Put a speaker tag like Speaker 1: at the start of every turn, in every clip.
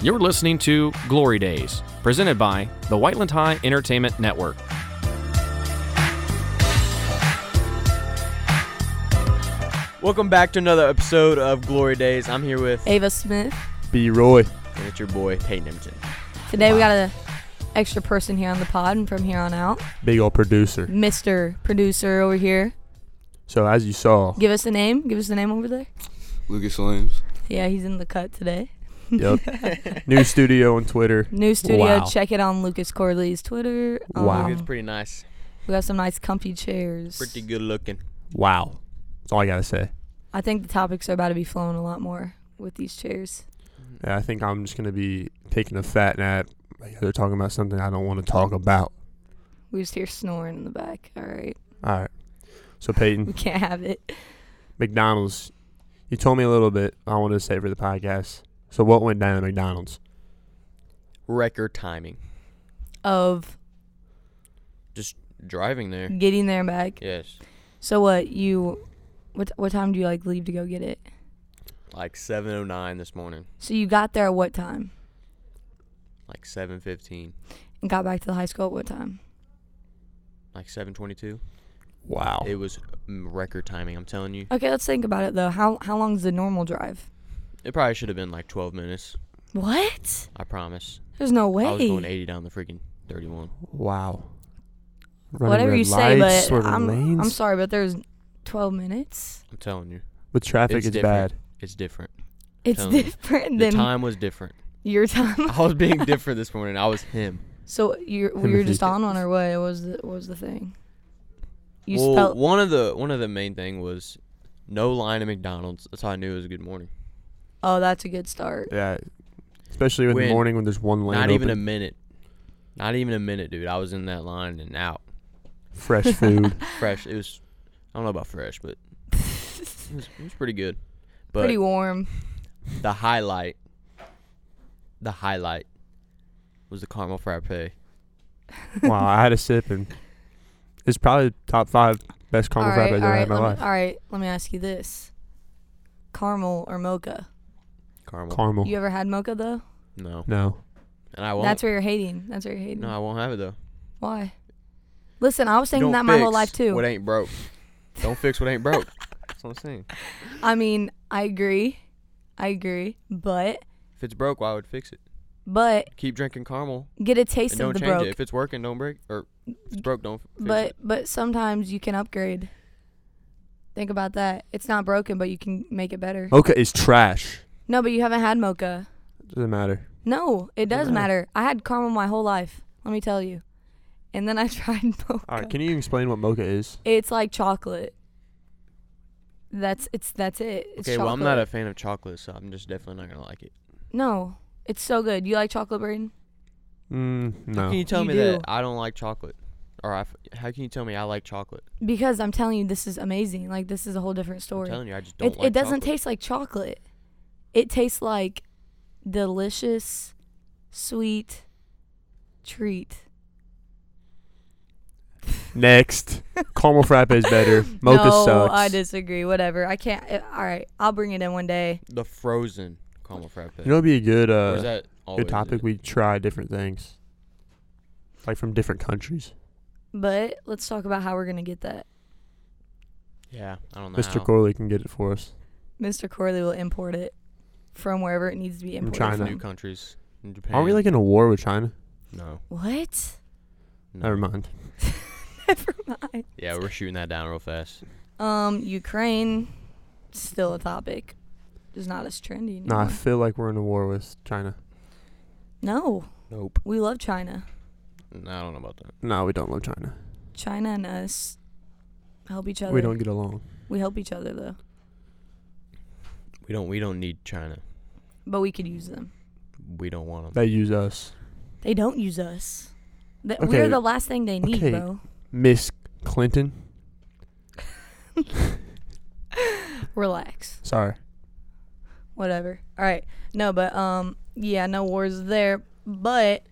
Speaker 1: You're listening to Glory Days, presented by the Whiteland High Entertainment Network.
Speaker 2: Welcome back to another episode of Glory Days. I'm here with,
Speaker 3: Ava Smith.
Speaker 4: B Roy.
Speaker 2: and it's your boy, Peyton Emerson.
Speaker 3: Today we got a extra person here on the pod, and from here on out,
Speaker 4: Big old producer.
Speaker 3: Mr. Producer over here.
Speaker 4: So as you saw,
Speaker 3: Give us a name. Give us the name over there.
Speaker 5: Lucas Williams.
Speaker 3: Yeah, he's in the cut today.
Speaker 4: yep. New studio on Twitter.
Speaker 3: New studio.
Speaker 4: Wow.
Speaker 3: Check it on Lucas Corley's Twitter.
Speaker 4: Wow.
Speaker 2: It's
Speaker 3: Um,
Speaker 2: pretty nice.
Speaker 3: we got some nice comfy chairs.
Speaker 2: Pretty good looking.
Speaker 4: Wow. That's all I gotta say.
Speaker 3: I think the topics are about to be flowing a lot more with these chairs.
Speaker 4: Yeah, I think I'm just gonna be taking a fat nap. Like they're talking about something I don't want to talk about.
Speaker 3: We just hear snoring in the back. All right,
Speaker 4: All right. So
Speaker 3: we
Speaker 4: Peyton,
Speaker 3: can't have it.
Speaker 4: McDonald's. You told me a little bit. I wanted to say for the podcast. So what went down at McDonald's?
Speaker 2: Record timing.
Speaker 3: Of
Speaker 2: Just driving there.
Speaker 3: getting there and back.
Speaker 2: Yes.
Speaker 3: So what you, what what time do you like leave to go get it?
Speaker 2: Like 7:09 this morning.
Speaker 3: So you got there at what time?
Speaker 2: Like 7:15.
Speaker 3: and got back to the high school at what time?
Speaker 2: Like 7:22.
Speaker 4: Wow.
Speaker 2: It was mm, record timing. I'm telling you.
Speaker 3: Okay, let's think about it though. How how long's the normal drive?
Speaker 2: It probably should have been like 12 minutes.
Speaker 3: What?
Speaker 2: I promise.
Speaker 3: There's no
Speaker 2: I was going
Speaker 3: way.
Speaker 2: 80 down the freaking 31.
Speaker 4: wow. Running
Speaker 3: Whatever
Speaker 4: red
Speaker 3: you say,
Speaker 4: lights,
Speaker 3: but I'm
Speaker 4: running
Speaker 3: I'm
Speaker 4: lanes.
Speaker 3: sorry, but there's 12 minutes.
Speaker 2: I'm telling you.
Speaker 4: With traffic,
Speaker 2: It's
Speaker 4: it's,
Speaker 2: different.
Speaker 4: bad.
Speaker 2: It's different.
Speaker 3: It's
Speaker 2: Totally.
Speaker 3: different
Speaker 2: The
Speaker 3: than
Speaker 2: time was different.
Speaker 3: your time.
Speaker 2: I was being different this morning. I was him.
Speaker 3: so you're we were
Speaker 4: Timothy.
Speaker 3: just on on our way. What was the what was the thing? You
Speaker 2: well,
Speaker 3: spelled
Speaker 2: one of the one of the main thing was no line at McDonald's. That's how I knew it was a good morning.
Speaker 3: Oh, that's a good start.
Speaker 4: Yeah. Especially in
Speaker 2: When-
Speaker 4: the morning when there's one lane
Speaker 2: Not even a
Speaker 4: open.
Speaker 2: minute. Not even a minute, dude. I was in that line and out.
Speaker 4: fresh food.
Speaker 2: Fresh. It was. I don't know about fresh, but it was, it was pretty good. But
Speaker 3: Pretty warm.
Speaker 2: the highlight, the highlight, was the caramel frappe.
Speaker 4: wow, I had a sip and it's probably top five best caramel
Speaker 3: all right,
Speaker 4: frappe I've
Speaker 3: all
Speaker 4: ever
Speaker 3: right.
Speaker 4: had in my
Speaker 3: let me-
Speaker 4: life.
Speaker 3: all right, let me ask you this. Caramel or mocha?
Speaker 2: Caramel.
Speaker 4: Caramel.
Speaker 3: You ever had mocha though?
Speaker 2: no,
Speaker 4: No.
Speaker 2: and I won't.
Speaker 3: That's where you're hating. That's where you're hating.
Speaker 2: no, I won't have it though.
Speaker 3: Why? Listen, I was
Speaker 2: You
Speaker 3: thinking that
Speaker 2: don't
Speaker 3: my whole
Speaker 2: fix
Speaker 3: life too.
Speaker 2: What ain't broke? Don't fix what ain't broke. That's what I'm saying.
Speaker 3: I mean, I agree. I agree. But
Speaker 2: If it's broke, why would fix it?
Speaker 3: but
Speaker 2: Keep drinking caramel
Speaker 3: get a
Speaker 2: and
Speaker 3: taste
Speaker 2: don't
Speaker 3: of the
Speaker 2: change
Speaker 3: broke.
Speaker 2: it. If it's working, don't break. Or if it's broke, don't f- fix
Speaker 3: but
Speaker 2: it.
Speaker 3: but sometimes you can upgrade. Think about that. It's not broken, but you can make it better.
Speaker 4: Mocha is trash.
Speaker 3: No, but you haven't had mocha.
Speaker 4: Doesn't matter.
Speaker 3: No, it does
Speaker 4: Doesn't matter.
Speaker 3: matter. I had caramel my whole life. Let me tell you. And then I tried mocha.
Speaker 4: All right, can you explain what mocha is?
Speaker 3: it's like chocolate. That's it's that's it. It's
Speaker 2: Okay, well, I'm not a
Speaker 3: chocolate.
Speaker 2: fan of chocolate, so I'm just definitely not gonna like it.
Speaker 3: No, it's so good. You like chocolate, Braden?
Speaker 4: Mm, no.
Speaker 2: Can you tell
Speaker 3: You
Speaker 2: me
Speaker 3: do.
Speaker 2: that I don't like chocolate? Or I f- how can you tell me I like chocolate?
Speaker 3: Because I'm telling you, this is amazing. Like this is a whole different story.
Speaker 2: I'm telling you, I just don't
Speaker 3: It,
Speaker 2: like
Speaker 3: it doesn't
Speaker 2: chocolate.
Speaker 3: taste like chocolate. It tastes like delicious, sweet treat.
Speaker 4: Next, caramel frappe is better. Mocha
Speaker 3: no,
Speaker 4: sucks.
Speaker 3: I disagree. Whatever. I can't. uh, all right, I'll bring it in one day.
Speaker 2: the frozen caramel frappe.
Speaker 4: You know, it'd be a good
Speaker 2: or is
Speaker 4: uh,
Speaker 2: that always
Speaker 4: good topic. We try different things, like from different countries.
Speaker 3: But let's talk about how we're gonna get that.
Speaker 2: Yeah, I don't know.
Speaker 4: Mr.
Speaker 2: how.
Speaker 4: Corley can get it for us.
Speaker 3: Mr. Corley will import it from wherever it needs to be
Speaker 4: From
Speaker 3: imported.
Speaker 4: China.
Speaker 2: New
Speaker 3: from.
Speaker 2: countries. In Japan.
Speaker 4: Aren't we like in a war with China?
Speaker 2: No.
Speaker 3: What?
Speaker 2: no.
Speaker 4: Never mind.
Speaker 3: Never mind.
Speaker 2: Yeah, we're shooting that down real fast.
Speaker 3: Um, Ukraine, still a topic. Just not as trendy.
Speaker 4: No, I
Speaker 3: anymore.
Speaker 4: feel like we're in a war with China.
Speaker 3: No,
Speaker 2: Nope.
Speaker 3: we love China.
Speaker 2: No, I don't know about that.
Speaker 4: No, we don't love China.
Speaker 3: China and us help each other.
Speaker 4: We don't get along.
Speaker 3: We help each other though,
Speaker 2: We don't. We don't need China.
Speaker 3: but we could use them.
Speaker 2: We don't want them.
Speaker 4: They use us.
Speaker 3: They don't use us. Th- We're
Speaker 4: Okay.
Speaker 3: the last thing they need,
Speaker 4: Okay.
Speaker 3: bro.
Speaker 4: Miss Clinton.
Speaker 3: Relax.
Speaker 4: Sorry.
Speaker 3: Whatever. All right. No, but um, yeah, no wars there, but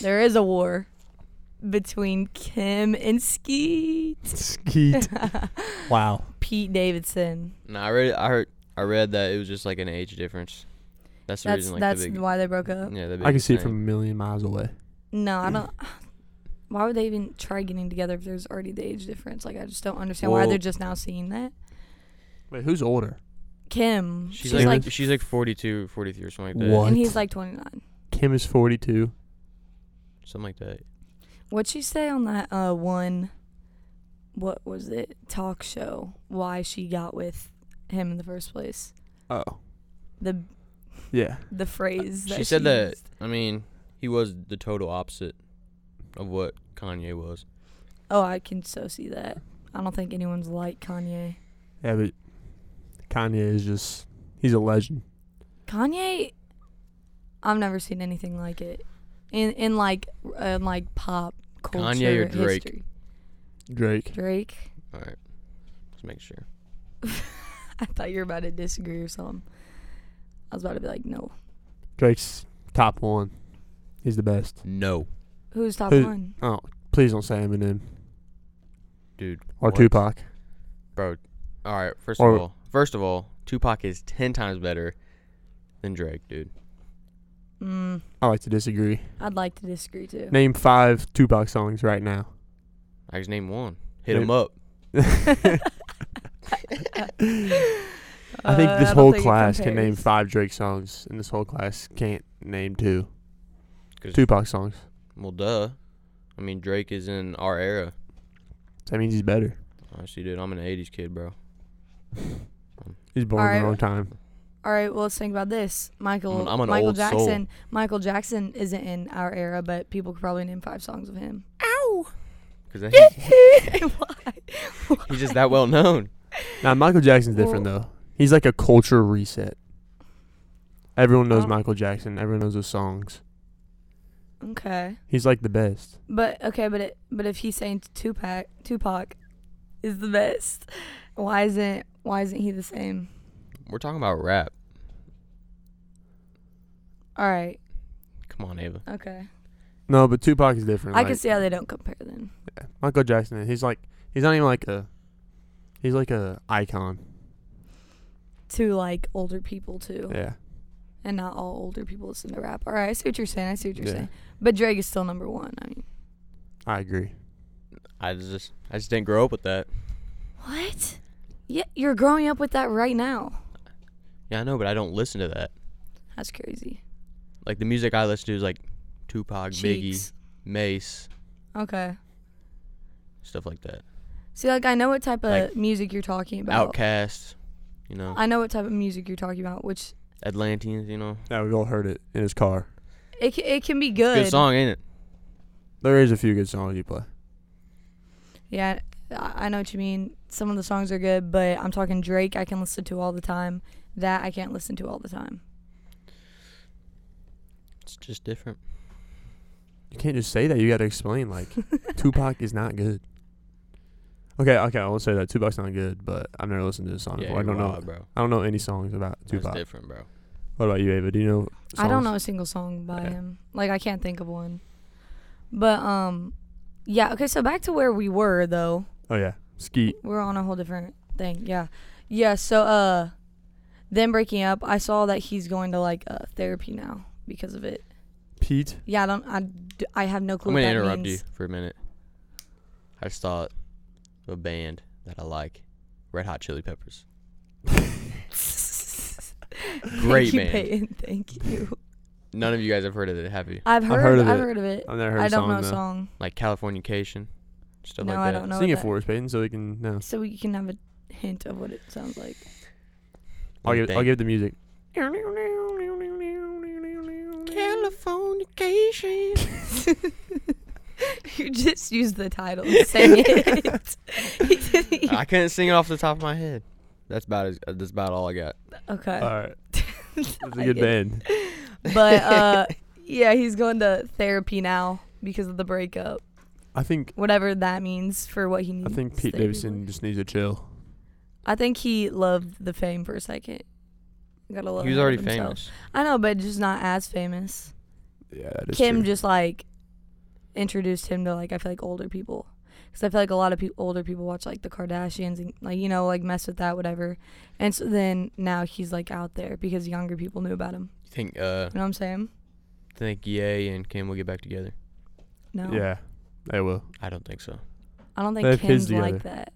Speaker 3: there is a war between Kim and Skeet.
Speaker 4: Skeet. wow.
Speaker 3: Pete Davidson.
Speaker 2: No, I read. I heard. I read that it was just like an age difference. That's the
Speaker 3: That's
Speaker 2: reason. Like
Speaker 3: that's
Speaker 2: the big,
Speaker 3: why they broke up.
Speaker 2: yeah, the big
Speaker 4: I can see it
Speaker 2: thing.
Speaker 4: from a million miles away.
Speaker 3: No, I don't. Why would they even try getting together if there's already the age difference? Like I just don't understand why
Speaker 4: Well-
Speaker 3: they're just now seeing that.
Speaker 4: Wait, who's older?
Speaker 3: Kim,
Speaker 2: She's,
Speaker 3: she's like,
Speaker 2: like, she's like 42, 43 or something like that.
Speaker 4: What?
Speaker 3: and he's like 29.
Speaker 4: Kim is 42.
Speaker 2: Something like that.
Speaker 3: What'd she say on that uh one? What was it? Talk show? Why she got with him in the first place?
Speaker 4: Oh,
Speaker 3: The
Speaker 4: yeah.
Speaker 3: the phrase that
Speaker 2: Uh, she said that-
Speaker 3: used.
Speaker 2: I mean, he was the total opposite of what Kanye was.
Speaker 3: Oh, I can so see that. I don't think anyone's like Kanye.
Speaker 4: Yeah, but Kanye is just, he's a legend.
Speaker 3: Kanye, I've never seen anything like it. In in like in like pop culture
Speaker 2: Kanye or Drake?
Speaker 3: history.
Speaker 4: Drake.
Speaker 3: Drake.
Speaker 2: All right, let's make sure.
Speaker 3: I thought you were about to disagree or something. I was about to be like, no.
Speaker 4: Drake's top one. He's the best.
Speaker 2: No,
Speaker 3: Who's top
Speaker 4: Who-
Speaker 3: one?
Speaker 4: Oh, please don't say Eminem
Speaker 2: dude.
Speaker 4: or
Speaker 2: what?
Speaker 4: Tupac.
Speaker 2: bro. All right, first
Speaker 4: Or-
Speaker 2: of all, first of all, Tupac is ten times better than Drake, dude.
Speaker 3: Mm,
Speaker 4: I like to disagree.
Speaker 3: I'd like to disagree too.
Speaker 4: Name five Tupac songs right now.
Speaker 2: I just named one. Hit
Speaker 4: Dude.
Speaker 2: him up.
Speaker 4: I think
Speaker 3: Uh,
Speaker 4: this
Speaker 3: I don't
Speaker 4: whole
Speaker 3: think it
Speaker 4: class can name
Speaker 3: compares.
Speaker 4: five Drake songs, and this whole class can't name two
Speaker 2: 'Cause-
Speaker 4: Tupac songs.
Speaker 2: Well, duh. I mean, Drake is in our era.
Speaker 4: That means he's better.
Speaker 2: Honestly, dude, I'm an '80s kid, bro.
Speaker 4: He's born in
Speaker 3: Alright.
Speaker 4: the wrong time.
Speaker 3: All right, well, let's think about this. Michael
Speaker 2: Mm, I'm an
Speaker 3: Michael
Speaker 2: old soul.
Speaker 3: Jackson. Michael Jackson isn't in our era, but people could probably name five songs of him.
Speaker 2: Cause that-
Speaker 3: Why?
Speaker 2: he's just that well known.
Speaker 4: Now Michael Jackson's different though. He's like a culture reset. Everyone knows
Speaker 3: Oh.
Speaker 4: Michael Jackson. Everyone knows his songs.
Speaker 3: Okay,
Speaker 4: He's like the best.
Speaker 3: but okay, but it, but if he's saying Tupac, Tupac is the best. Why isn't why isn't he the same?
Speaker 2: We're talking about rap.
Speaker 3: All right,
Speaker 2: Come on, Ava.
Speaker 3: okay.
Speaker 4: No, but Tupac is different.
Speaker 3: I
Speaker 4: like,
Speaker 3: can see how they don't compare then.
Speaker 4: yeah. Michael Jackson. He's like he's not even like a he's like a icon.
Speaker 3: to like older people too,
Speaker 4: Yeah.
Speaker 3: and not all older people listen to rap. All right, I see what you're saying. I see what you're
Speaker 4: Yeah.
Speaker 3: saying. But Drake is still number one. I mean,
Speaker 4: I agree.
Speaker 2: I just, I just didn't grow up with that.
Speaker 3: what? Yeah, you're growing up with that right now.
Speaker 2: Yeah, I know, but I don't listen to that.
Speaker 3: That's crazy.
Speaker 2: Like the music I listen to is like Tupac,
Speaker 3: Cheeks.
Speaker 2: Biggie, Mace,
Speaker 3: Okay.
Speaker 2: stuff like that.
Speaker 3: See, like I know what type of
Speaker 2: Like,
Speaker 3: music you're talking about. Uh,
Speaker 2: Outcast, you know,
Speaker 3: I know what type of music you're talking about, which
Speaker 2: Atlanteans, you know.
Speaker 4: Yeah, we've all heard it in his car.
Speaker 3: it ca- it can be
Speaker 2: Good.
Speaker 3: good.
Speaker 2: song, ain't it?
Speaker 4: There is a few good songs you play.
Speaker 3: Yeah, I I know what you mean. Some of the songs are good, but I'm talking Drake. I can listen to all the time. That I can't listen to all the time.
Speaker 2: It's just different.
Speaker 4: You can't just say that. You got to explain. Like, Tupac is not good. Okay, okay, I won't say that. Tupac's not good, but I've never listened to his song before. I
Speaker 2: you're
Speaker 4: don't
Speaker 2: wild,
Speaker 4: know.
Speaker 2: bro.
Speaker 4: I don't know any songs about Tupac.
Speaker 2: That's different, bro.
Speaker 4: What about you, Ava? Do you know?
Speaker 3: I don't know
Speaker 4: songs?
Speaker 3: a single song by
Speaker 4: Yeah.
Speaker 3: him. Like I can't think of one. But um yeah, okay, so back to where we were though.
Speaker 4: Oh yeah, Skeet.
Speaker 3: We're on a whole different thing. Yeah. Yeah, so uh them breaking up, I saw that he's going to like uh therapy now because of it.
Speaker 4: Pete.
Speaker 3: Yeah, I don't I, d- I have no clue
Speaker 2: I'm
Speaker 3: what
Speaker 2: gonna
Speaker 3: that
Speaker 2: interrupt
Speaker 3: means.
Speaker 2: you for a minute. I just thought of a band that I like, Red Hot Chili Peppers. Great
Speaker 3: Thank you,
Speaker 2: band.
Speaker 3: Peyton. Thank you.
Speaker 2: None of you guys have heard of it, have you?
Speaker 3: I've heard,
Speaker 4: heard of
Speaker 3: I've
Speaker 4: it.
Speaker 3: heard of it.
Speaker 4: I've never heard.
Speaker 3: I
Speaker 4: a
Speaker 3: don't
Speaker 4: song,
Speaker 3: know a
Speaker 4: though.
Speaker 3: song.
Speaker 2: Like Californication, stuff
Speaker 3: No,
Speaker 2: like
Speaker 3: I
Speaker 2: that.
Speaker 3: don't know.
Speaker 4: Sing it
Speaker 3: that-
Speaker 4: for us, Peyton, so we can know.
Speaker 3: So we can have a hint of what it sounds like.
Speaker 4: I'll give. I'll
Speaker 2: Thank-
Speaker 4: give the music.
Speaker 2: Californication.
Speaker 3: You just used the title. and Sang it.
Speaker 2: I couldn't sing it off the top of my head. That's about as, uh, that's about all I got.
Speaker 3: okay.
Speaker 4: All right. It's a
Speaker 3: I
Speaker 4: good
Speaker 3: get-
Speaker 4: band.
Speaker 3: But uh, yeah, he's going to therapy now because of the breakup.
Speaker 4: I think.
Speaker 3: Whatever that means for what he
Speaker 4: I
Speaker 3: needs.
Speaker 4: think Pete
Speaker 3: therapy
Speaker 4: Davidson
Speaker 3: for.
Speaker 4: just needs a chill.
Speaker 3: I think he loved the fame for a second. Gotta love
Speaker 2: He was
Speaker 3: him
Speaker 2: already
Speaker 3: himself.
Speaker 2: famous.
Speaker 3: I know, but just not as famous.
Speaker 4: Yeah, that is
Speaker 3: Kim
Speaker 4: true.
Speaker 3: just like introduced him to like I feel like older people. because I feel like a lot of peop older people watch like the Kardashians and like you know like mess with that whatever, and so then now he's like out there because younger people knew about him.
Speaker 2: You think uh
Speaker 3: You know what I'm saying?
Speaker 2: think Ye and Kim will get back together?
Speaker 3: No,
Speaker 4: Yeah, they will.
Speaker 2: I don't think so.
Speaker 3: I don't think
Speaker 4: They have kids
Speaker 3: Kim's like that.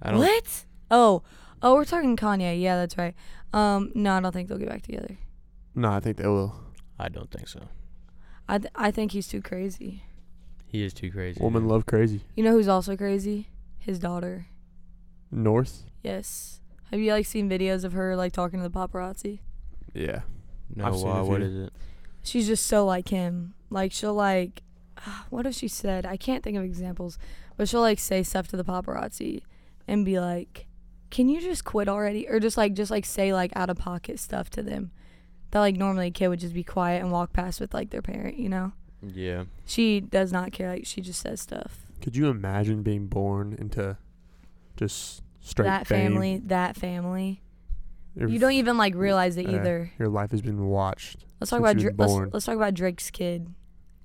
Speaker 2: I don't
Speaker 3: What? Oh, oh, we're talking Kanye. Yeah, that's right. Um, no, I don't think they'll get back together.
Speaker 4: No, I think they will.
Speaker 2: I don't think so.
Speaker 3: I th- I think he's too crazy.
Speaker 2: He is too crazy.
Speaker 4: Woman
Speaker 2: man.
Speaker 4: love crazy.
Speaker 3: You know who's also crazy? His daughter.
Speaker 4: North.
Speaker 3: Yes. Have you like seen videos of her like talking to the paparazzi?
Speaker 4: Yeah.
Speaker 2: No,
Speaker 4: I've seen
Speaker 2: why?
Speaker 4: a
Speaker 2: What
Speaker 4: few.
Speaker 2: is it?
Speaker 3: She's just so like him. Like she'll like ah, what if she said? I can't think of examples, but she'll like say stuff to the paparazzi and be like, "Can you just quit already?" or just like just like say like out of pocket stuff to them. That like normally a kid would just be quiet and walk past with like their parent, you know?
Speaker 2: Yeah.
Speaker 3: She does not care. Like she just says stuff.
Speaker 4: Could you imagine being born into just straight
Speaker 3: that
Speaker 4: fame?
Speaker 3: family, that family.
Speaker 4: Your
Speaker 3: You don't even like realize it
Speaker 4: Yeah.
Speaker 3: either.
Speaker 4: Your life has been watched.
Speaker 3: Let's talk
Speaker 4: uh,
Speaker 3: about
Speaker 4: since he was
Speaker 3: Dra- let's,
Speaker 4: born.
Speaker 3: let's talk about Drake's kid.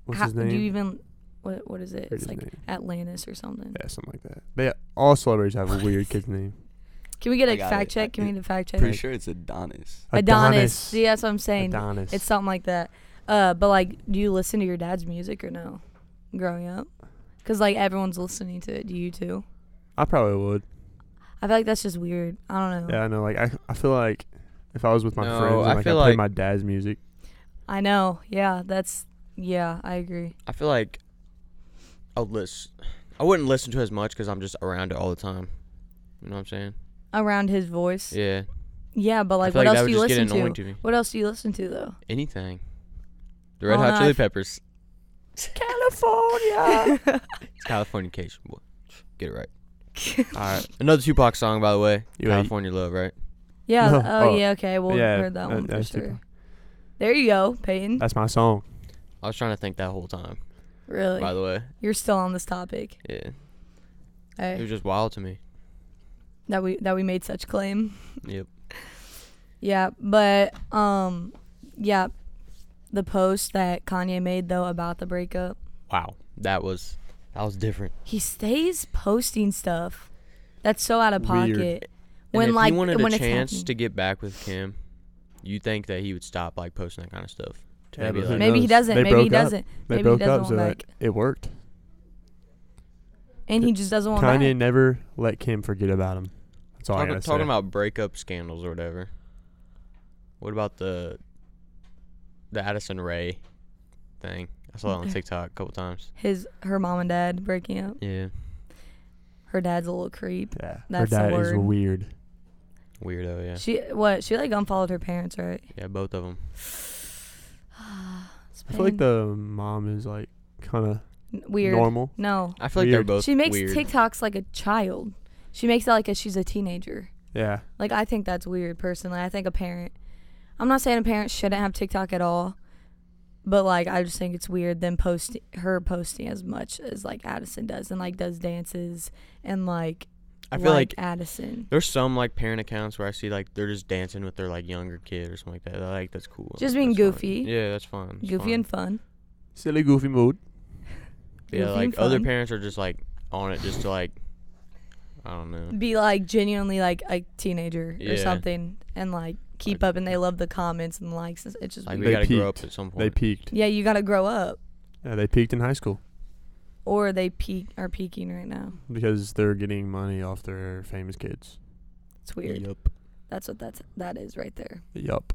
Speaker 4: What's
Speaker 3: How-
Speaker 4: his name?
Speaker 3: Do you even what what is it?
Speaker 4: Forget
Speaker 3: It's
Speaker 4: his
Speaker 3: like
Speaker 4: name.
Speaker 3: Atlantis or something.
Speaker 4: yeah, something like that. They all celebrities have a weird kid's name.
Speaker 3: Can we get
Speaker 5: I
Speaker 3: a
Speaker 5: got
Speaker 3: fact
Speaker 5: it.
Speaker 3: check?
Speaker 5: I-
Speaker 3: Can we get a fact check?
Speaker 5: Pretty sure it's Adonis.
Speaker 3: Adonis. See, that's what I'm saying.
Speaker 4: Adonis.
Speaker 3: It's something like that. Uh, but like, do you listen to your dad's music or no? Growing up, because like everyone's listening to it. Do you too?
Speaker 4: I probably would.
Speaker 3: I feel like that's just weird. I don't know.
Speaker 4: Yeah, I know. Like I, I feel like if I was with my
Speaker 2: No,
Speaker 4: friends, and,
Speaker 2: I
Speaker 4: like I,
Speaker 2: feel
Speaker 4: played
Speaker 2: like-
Speaker 4: my dad's music.
Speaker 3: I know. Yeah, that's yeah. I agree.
Speaker 2: I feel like I'll listen. I wouldn't listen to as much because I'm just around it all the time. You know what I'm saying?
Speaker 3: Around his voice. Yeah,
Speaker 2: Yeah.
Speaker 3: but
Speaker 2: I
Speaker 3: like,
Speaker 2: feel
Speaker 3: what
Speaker 2: like that
Speaker 3: else
Speaker 2: would
Speaker 3: do you
Speaker 2: just get
Speaker 3: listen
Speaker 2: annoying
Speaker 3: to?
Speaker 2: to me.
Speaker 3: What else do you listen to though?
Speaker 2: Anything. The Red
Speaker 3: Oh, no,
Speaker 2: Hot
Speaker 3: I
Speaker 2: Chili
Speaker 3: f-
Speaker 2: Peppers.
Speaker 3: California.
Speaker 2: It's Californication. Boy. Get it right. All right. Another Tupac song, by the way.
Speaker 4: Yeah, you-
Speaker 2: California Love, right?
Speaker 3: yeah.
Speaker 4: No,
Speaker 3: Oh,
Speaker 4: oh,
Speaker 3: yeah. Okay. Well,
Speaker 4: yeah,
Speaker 3: we've heard that
Speaker 4: that-
Speaker 3: one for
Speaker 4: that's Uh,
Speaker 3: sure.
Speaker 4: Tupac.
Speaker 3: There you go, Peyton.
Speaker 4: That's my song.
Speaker 2: I was trying to think that whole time.
Speaker 3: Really?
Speaker 2: By the way,
Speaker 3: You're still on this topic
Speaker 2: yeah,
Speaker 3: eh,
Speaker 2: it was just wild to me.
Speaker 3: that we that we made such claim.
Speaker 2: Yep.
Speaker 3: Yeah, but um, yeah, the post that Kanye made though about the breakup,
Speaker 2: Wow. That was that was different.
Speaker 3: he stays posting stuff that's so out of pocket.
Speaker 4: Weird.
Speaker 2: And
Speaker 3: When
Speaker 2: if
Speaker 3: like
Speaker 2: he wanted
Speaker 3: when
Speaker 2: a
Speaker 3: it's
Speaker 2: chance
Speaker 3: happening.
Speaker 2: to get back with Kim, you think that he would stop like posting that kind of stuff? To
Speaker 4: Yeah,
Speaker 2: maybe,
Speaker 4: but
Speaker 2: like,
Speaker 4: who
Speaker 3: maybe he
Speaker 4: knows?
Speaker 3: doesn't.
Speaker 4: They
Speaker 3: maybe he
Speaker 4: broke up.
Speaker 3: doesn't.
Speaker 4: They
Speaker 3: maybe
Speaker 4: broke
Speaker 3: he doesn't
Speaker 4: up, so
Speaker 3: want
Speaker 4: that
Speaker 3: back,
Speaker 4: it worked.
Speaker 3: and he just doesn't want
Speaker 4: Kanye
Speaker 3: back.
Speaker 4: never let Kim forget about him. That's all I
Speaker 2: talking,
Speaker 4: gotta
Speaker 2: talking
Speaker 4: say.
Speaker 2: about breakup scandals or whatever. What about the the Addison Ray thing? I saw that on TikTok a couple times.
Speaker 3: His her mom and dad breaking up.
Speaker 2: Yeah,
Speaker 3: Her dad's a little creep.
Speaker 4: yeah,
Speaker 3: That's the
Speaker 4: her dad is
Speaker 3: word.
Speaker 4: weird.
Speaker 2: weirdo. Yeah,
Speaker 3: She what? She like unfollowed her parents, right?
Speaker 2: yeah, both of them.
Speaker 3: It's
Speaker 4: I feel like
Speaker 3: Peyton.
Speaker 4: the mom is like kind of
Speaker 3: weird.
Speaker 4: normal.
Speaker 3: No,
Speaker 2: I feel like they're
Speaker 4: Weird.
Speaker 2: both
Speaker 3: she makes
Speaker 2: weird.
Speaker 3: TikToks like a child. She makes it like a, she's a teenager.
Speaker 4: Yeah,
Speaker 3: Like I think that's weird personally. I think a parent. I'm not saying a parent shouldn't have TikTok at all, but like I just think it's weird them post her posting as much as like Addison does and like does dances and like
Speaker 2: I feel like
Speaker 3: Addison.
Speaker 2: There's some like parent accounts where I see like they're just dancing with their like younger kid or something like that. I like that's cool.
Speaker 3: Just
Speaker 2: Like,
Speaker 3: being
Speaker 2: that's fine.
Speaker 3: goofy.
Speaker 2: Yeah, that's fun.
Speaker 3: Goofy and fun.
Speaker 4: silly goofy mood.
Speaker 2: yeah,
Speaker 3: goofy
Speaker 2: like
Speaker 3: and
Speaker 2: other
Speaker 3: fun.
Speaker 2: parents are just like on it just to like I don't know.
Speaker 3: Be like genuinely like a teenager or
Speaker 2: Yeah.
Speaker 3: something and like keep
Speaker 2: Like-
Speaker 3: up and they love the comments and likes. It's it's just
Speaker 2: Like
Speaker 3: weird.
Speaker 2: we
Speaker 4: They
Speaker 2: gotta grow up
Speaker 4: peaked.
Speaker 2: at some
Speaker 4: They
Speaker 2: point.
Speaker 4: peaked.
Speaker 3: yeah, you gotta grow up
Speaker 4: Yeah, they peaked in high school
Speaker 3: or they peak are peaking right now.
Speaker 4: because they're getting money off their famous kids.
Speaker 3: It's weird.
Speaker 4: Yup.
Speaker 3: That's what that's that is right there.
Speaker 4: Yup.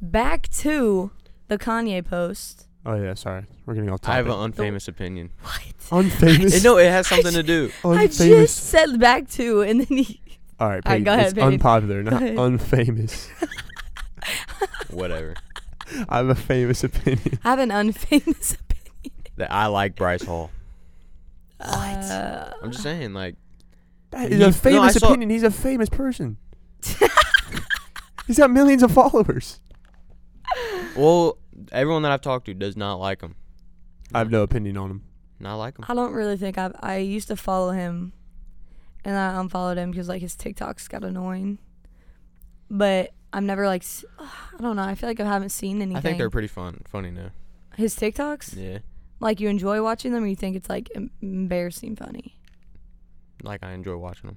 Speaker 3: Back to the Kanye post.
Speaker 4: Oh yeah, sorry. We're getting off topic.
Speaker 2: I have an unfamous opinion.
Speaker 4: unfamous.
Speaker 2: no, it has something to do.
Speaker 3: I
Speaker 4: unfamous.
Speaker 3: just said back to, and then he. All
Speaker 4: all right,
Speaker 3: right,
Speaker 4: Peyton,
Speaker 3: go ahead,
Speaker 4: it's
Speaker 3: Peyton.
Speaker 4: unpopular, not
Speaker 3: ahead.
Speaker 4: unfamous.
Speaker 2: Whatever.
Speaker 4: I have a famous opinion.
Speaker 3: I have an unfamous.
Speaker 2: That I like Bryce Hall.
Speaker 3: What?
Speaker 2: I'm just saying, like
Speaker 4: That
Speaker 2: is a He- no, I famous saw- opinion.
Speaker 4: He's a famous person. He's got millions of followers.
Speaker 2: well, everyone that I've talked to does not like him.
Speaker 4: I have no opinion on him.
Speaker 2: Not like him.
Speaker 3: Uh, I don't really think I've. I used to follow him, and I unfollowed him because like his TikToks got annoying. But I've never like. s- I don't know. I feel like I haven't seen anything.
Speaker 2: I think they're pretty fun funny now.
Speaker 3: his TikToks.
Speaker 2: Yeah.
Speaker 3: Like you enjoy watching them, or you think it's like em- embarrassing funny?
Speaker 2: Like I enjoy watching them.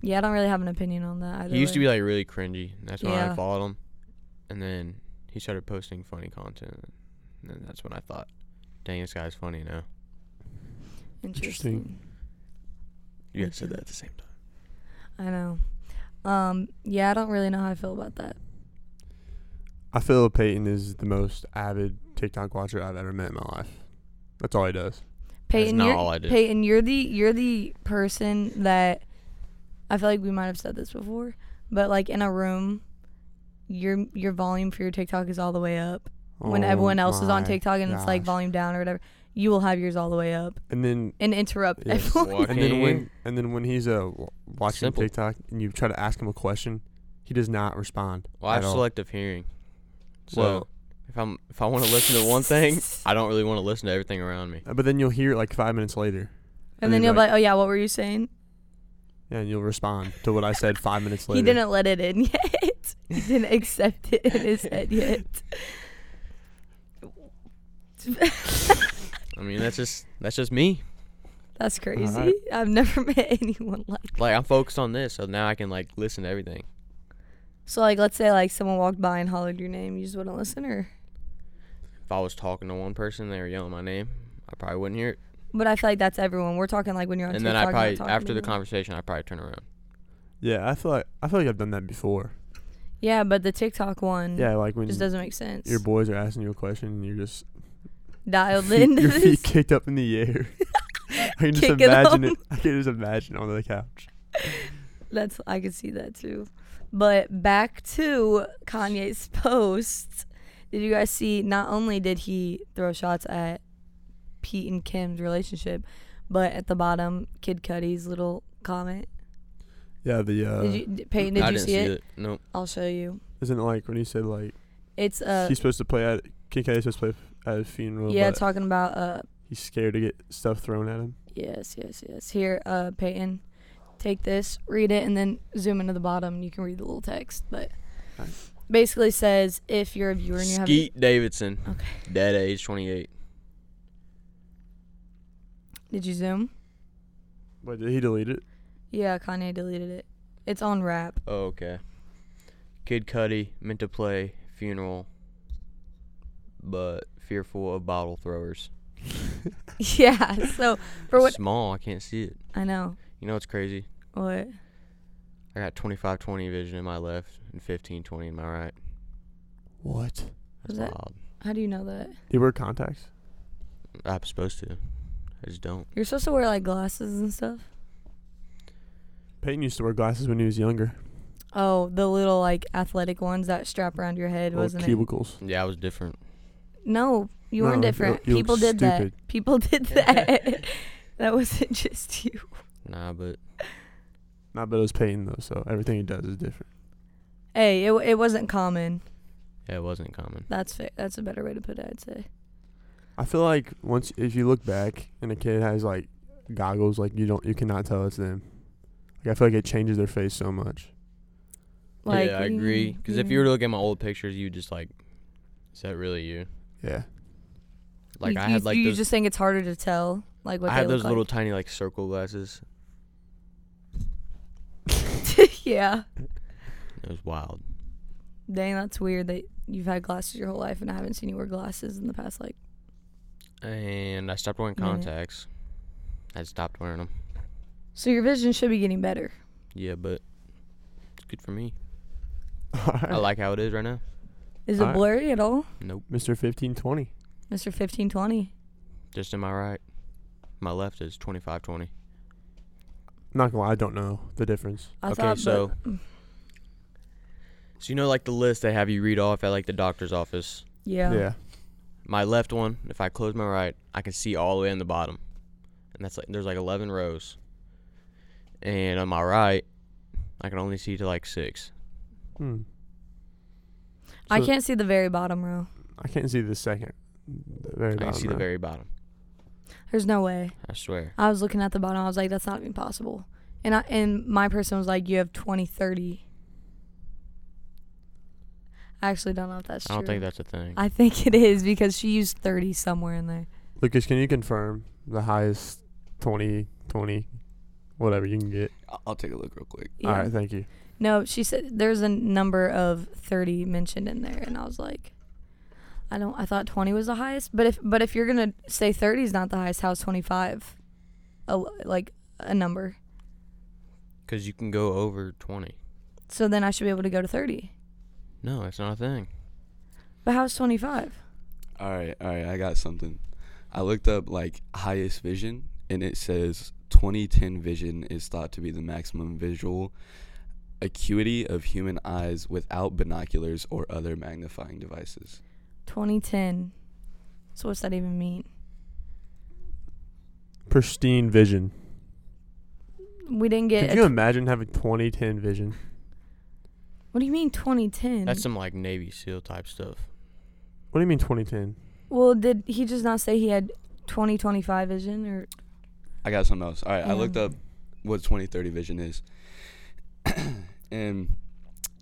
Speaker 3: Yeah, I don't really have an opinion on that. Either
Speaker 2: He used to
Speaker 3: way.
Speaker 2: be like really cringy. and That's when
Speaker 3: Yeah.
Speaker 2: I followed him, and then he started posting funny content, and then that's when I thought, "Dang, this guy's funny now."
Speaker 4: Interesting.
Speaker 2: You guys said that at the same time.
Speaker 3: I know. Um, yeah, I don't really know how I feel about that.
Speaker 4: I feel Peyton is the most avid TikTok watcher I've ever met in my life. That's all he does.
Speaker 3: Peyton,
Speaker 2: not
Speaker 3: you're,
Speaker 2: all I do.
Speaker 3: Peyton, you're the you're the person that I feel like we might have said this before, but like in a room, your your volume for your TikTok is all the way up. when
Speaker 4: Oh
Speaker 3: everyone else is on
Speaker 4: my
Speaker 3: TikTok and it's like
Speaker 4: gosh.
Speaker 3: volume down or whatever, you will have yours all the way up
Speaker 4: and then
Speaker 3: and interrupt
Speaker 4: Yes.
Speaker 3: everyone.
Speaker 4: and then
Speaker 2: Okay.
Speaker 4: when and then when he's uh w- watching
Speaker 2: Simple.
Speaker 4: TikTok and you try to ask him a question, he does not respond.
Speaker 2: Well, I have
Speaker 4: at all.
Speaker 2: selective hearing, so
Speaker 4: Well-
Speaker 2: if I'm if I want to listen to one thing, I don't really want to listen to everything around me.
Speaker 4: Uh, But then you'll hear it like five minutes later.
Speaker 3: And then you'll be like, "Oh yeah, what were you saying?"
Speaker 4: yeah, and you'll respond to what I said five minutes later.
Speaker 3: He didn't let it in yet. he didn't accept it in his head yet.
Speaker 2: I mean, that's just that's just me.
Speaker 3: That's crazy.
Speaker 4: right.
Speaker 3: I've never met anyone like that.
Speaker 2: Like I'm focused on this, so now I can like listen to everything.
Speaker 3: So like let's say like someone walked by and hollered your name, you just wouldn't listen or
Speaker 2: If I was talking to one person, they were yelling my name, I probably wouldn't hear it.
Speaker 3: but I feel like that's everyone. We're talking like when you're on
Speaker 2: and
Speaker 3: TikTok.
Speaker 2: then I
Speaker 3: you're not
Speaker 2: probably
Speaker 3: talking
Speaker 2: after
Speaker 3: to
Speaker 2: the
Speaker 3: anyone.
Speaker 2: conversation, I probably turn around.
Speaker 4: Yeah, I feel like I feel like I've done that before.
Speaker 3: Yeah, but the TikTok one
Speaker 4: Yeah, like when
Speaker 3: Mm. just doesn't make sense.
Speaker 4: your boys are asking you a question and you're just
Speaker 3: Dialed
Speaker 4: feet-
Speaker 3: in.
Speaker 4: your feet kicked up in the air. I can just
Speaker 3: Kicking
Speaker 4: imagine
Speaker 3: them.
Speaker 4: it. I can just imagine on the couch.
Speaker 3: That's I could see that too. But back to Kanye's post. Did you guys see not only did he throw shots at Pete and Kim's relationship, but at the bottom Kid Cudi's little comment.
Speaker 4: Yeah, the uh,
Speaker 3: Did you d- Peyton, did
Speaker 2: I
Speaker 3: you
Speaker 2: didn't
Speaker 3: see it?
Speaker 2: Nope.
Speaker 3: I'll show you.
Speaker 4: isn't it like when he said like
Speaker 3: It's uh
Speaker 4: he's supposed to play at Kincaid's supposed to play at a funeral.
Speaker 3: yeah,
Speaker 4: but
Speaker 3: talking about uh
Speaker 4: he's scared to get stuff thrown at him.
Speaker 3: yes, yes, yes. Here, uh Peyton, take this, read it and then zoom into the bottom and you can read the little text, but
Speaker 4: Okay.
Speaker 3: basically says if you're a viewer and you have
Speaker 2: Skeet Davidson,
Speaker 3: Okay.
Speaker 2: dead at age 28.
Speaker 3: Did you zoom?
Speaker 4: But did he delete it?
Speaker 3: Yeah, Kanye deleted it. It's on rap.
Speaker 2: Oh, okay. Kid Cudi meant to play funeral, but fearful of bottle throwers.
Speaker 3: yeah, so for what
Speaker 2: Small, I can't see it.
Speaker 3: I know.
Speaker 2: You know what's crazy?
Speaker 3: What?
Speaker 2: I got 25-20 vision in my left and 15-20 in my right.
Speaker 4: What?
Speaker 2: That's
Speaker 3: Was that-
Speaker 2: wild.
Speaker 3: How do you know that?
Speaker 4: He wear contacts.
Speaker 2: I'm supposed to. I just don't.
Speaker 3: You're supposed to wear like glasses and stuff.
Speaker 4: Peyton used to wear glasses when he was younger.
Speaker 3: Oh, the little like athletic ones that strap around your head,
Speaker 4: Little
Speaker 3: wasn't
Speaker 4: cubicles.
Speaker 2: Yeah, I was different.
Speaker 3: it? No, you weren't
Speaker 4: No, you
Speaker 3: different.
Speaker 4: look- you look
Speaker 3: People did
Speaker 4: stupid.
Speaker 3: that. People did that. that wasn't just you.
Speaker 2: Nah, but
Speaker 4: Not but it was Peyton though, so everything he does is different.
Speaker 3: Hey, it it wasn't common.
Speaker 2: yeah, it wasn't common.
Speaker 3: That's fa- that's a better way to put it. I'd say.
Speaker 4: I feel like once if you look back and a kid has like goggles, like you don't you cannot tell it's them. Like I feel like it changes their face so much.
Speaker 3: Like
Speaker 2: yeah,
Speaker 3: what
Speaker 2: I
Speaker 3: do you
Speaker 2: agree.
Speaker 3: mean?
Speaker 2: Because if
Speaker 3: Yeah.
Speaker 2: you were to look at my old pictures, you just like, is that really you?
Speaker 4: Yeah.
Speaker 2: Like
Speaker 3: you,
Speaker 2: I
Speaker 3: you-
Speaker 2: had like
Speaker 3: you
Speaker 2: those.
Speaker 3: just think it's harder to tell like what
Speaker 2: I
Speaker 3: they
Speaker 2: had
Speaker 3: look
Speaker 2: those little
Speaker 3: like.
Speaker 2: tiny like circle glasses.
Speaker 3: yeah.
Speaker 2: It was wild.
Speaker 3: Dang, that's weird that you've had glasses your whole life and I haven't seen you wear glasses in the past like
Speaker 2: And I stopped wearing
Speaker 3: Minute.
Speaker 2: contacts. I stopped wearing them.
Speaker 3: So your vision should be getting better.
Speaker 2: Yeah, but it's good for me. I
Speaker 4: Alright.
Speaker 2: like how it is right now.
Speaker 3: Is it
Speaker 4: I-
Speaker 3: blurry at all?
Speaker 2: Nope,
Speaker 4: Mr. fifteen twenty.
Speaker 3: Mr. 1520.
Speaker 2: just in my right. My left is 25-20.
Speaker 4: Not gonna lie, I don't know the difference.
Speaker 3: I
Speaker 2: Okay,
Speaker 3: thought but-
Speaker 2: so- So you know, like the list they have you read off at like the doctor's office.
Speaker 3: yeah.
Speaker 4: yeah.
Speaker 2: My left one, if I close my right, I can see all the way in the bottom, and that's like there's like 11 rows. And on my right, I can only see to like six.
Speaker 4: Hmm.
Speaker 3: I
Speaker 4: So-
Speaker 3: can't see the very bottom row.
Speaker 4: I can't see the second. The very
Speaker 2: I can
Speaker 4: bottom
Speaker 2: see the
Speaker 4: row.
Speaker 2: very bottom.
Speaker 3: There's no way.
Speaker 2: I swear.
Speaker 3: I was looking at the bottom. I was like that's not even possible. And I and my person was like you have 2030. I actually don't know if that's
Speaker 2: I
Speaker 3: true.
Speaker 2: don't think that's a thing.
Speaker 3: I think it is because she used 30 somewhere in there.
Speaker 4: Lucas, can you confirm the highest 20, 20, whatever you can get?
Speaker 2: I'll, I'll take a look real quick.
Speaker 3: Yeah.
Speaker 4: All right, thank you.
Speaker 3: No, she said there's a number of 30 mentioned in there, and I was like, I don't. I thought 20 was the highest, but if but if you're gonna say 30 is not the highest, how's 25? A, l- like a number.
Speaker 2: Because you can go over 20.
Speaker 3: So then I should be able to go to 30.
Speaker 2: No, it's not a thing.
Speaker 3: But how's 25?
Speaker 5: All right, all right, I got something. I looked up like highest vision, and it says 2010 vision is thought to be the maximum visual acuity of human eyes without binoculars or other magnifying devices.
Speaker 3: 2010. So what's that even mean?
Speaker 4: Pristine vision.
Speaker 3: We didn't get.
Speaker 4: Could
Speaker 3: a
Speaker 4: you
Speaker 3: tw-
Speaker 4: imagine having 2010 vision?
Speaker 3: what do you mean 2010?
Speaker 2: That's some like Navy SEAL type stuff.
Speaker 4: What do you mean 2010?
Speaker 3: well, did he just not say he had 2025 vision or?
Speaker 5: I got something else. All right, I looked
Speaker 3: Yeah.
Speaker 5: up what 2030 vision is, and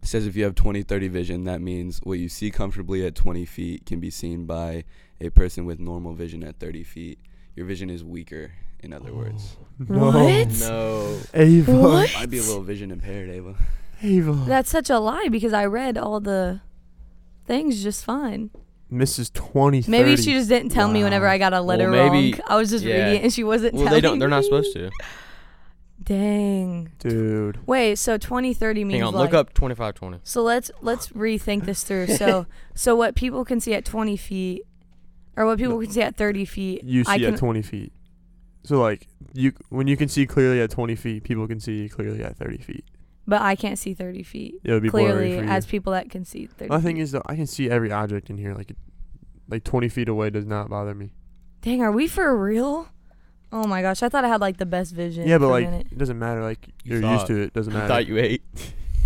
Speaker 5: it says if you have 2030 vision, that means what you see comfortably at 20 feet can be seen by a person with normal vision at 30 feet. Your vision is weaker, in other words.
Speaker 4: Oh.
Speaker 3: What?
Speaker 5: No.
Speaker 4: Ava.
Speaker 3: What?
Speaker 5: I'd be a little vision impaired, Ava.
Speaker 4: Ava.
Speaker 2: Oh.
Speaker 3: That's such a lie because I read all the things just fine.
Speaker 4: Mrs. 20.
Speaker 3: Maybe she just didn't tell me whenever
Speaker 4: Wow.
Speaker 3: I got a letter
Speaker 2: maybe-
Speaker 3: wrong. I was just
Speaker 2: yeah.
Speaker 3: reading it and she wasn't
Speaker 2: Well,
Speaker 3: telling
Speaker 2: they don't. They're not
Speaker 3: me.
Speaker 2: supposed to.
Speaker 3: Dang.
Speaker 4: Dude.
Speaker 3: Wait, so 2030 means
Speaker 2: Hang on.
Speaker 3: like
Speaker 2: Look up 2520.
Speaker 3: So let's let's rethink this through. So so what people can see at 20 feet or what people can see at 30 feet,
Speaker 4: You
Speaker 3: I
Speaker 4: see
Speaker 3: can
Speaker 4: at 20 feet. So, like, you when you can see clearly at 20 feet, people can see you clearly at 30 feet.
Speaker 3: but I can't see 30 feet.
Speaker 4: It would be blurry
Speaker 3: Clearly
Speaker 4: for you.
Speaker 3: as people that can see 30.
Speaker 4: My thing
Speaker 3: feet.
Speaker 4: is though, I can see every object in here. Like, it- like twenty feet away does not bother me.
Speaker 3: Dang, are we for real? Oh my gosh, I thought I had like the best vision.
Speaker 4: Yeah, but
Speaker 3: for a
Speaker 4: like
Speaker 3: minute.
Speaker 4: it doesn't matter. Like
Speaker 2: You
Speaker 4: you are used
Speaker 2: thought-
Speaker 4: to it. Doesn't
Speaker 2: You
Speaker 4: matter.
Speaker 2: thought you ate.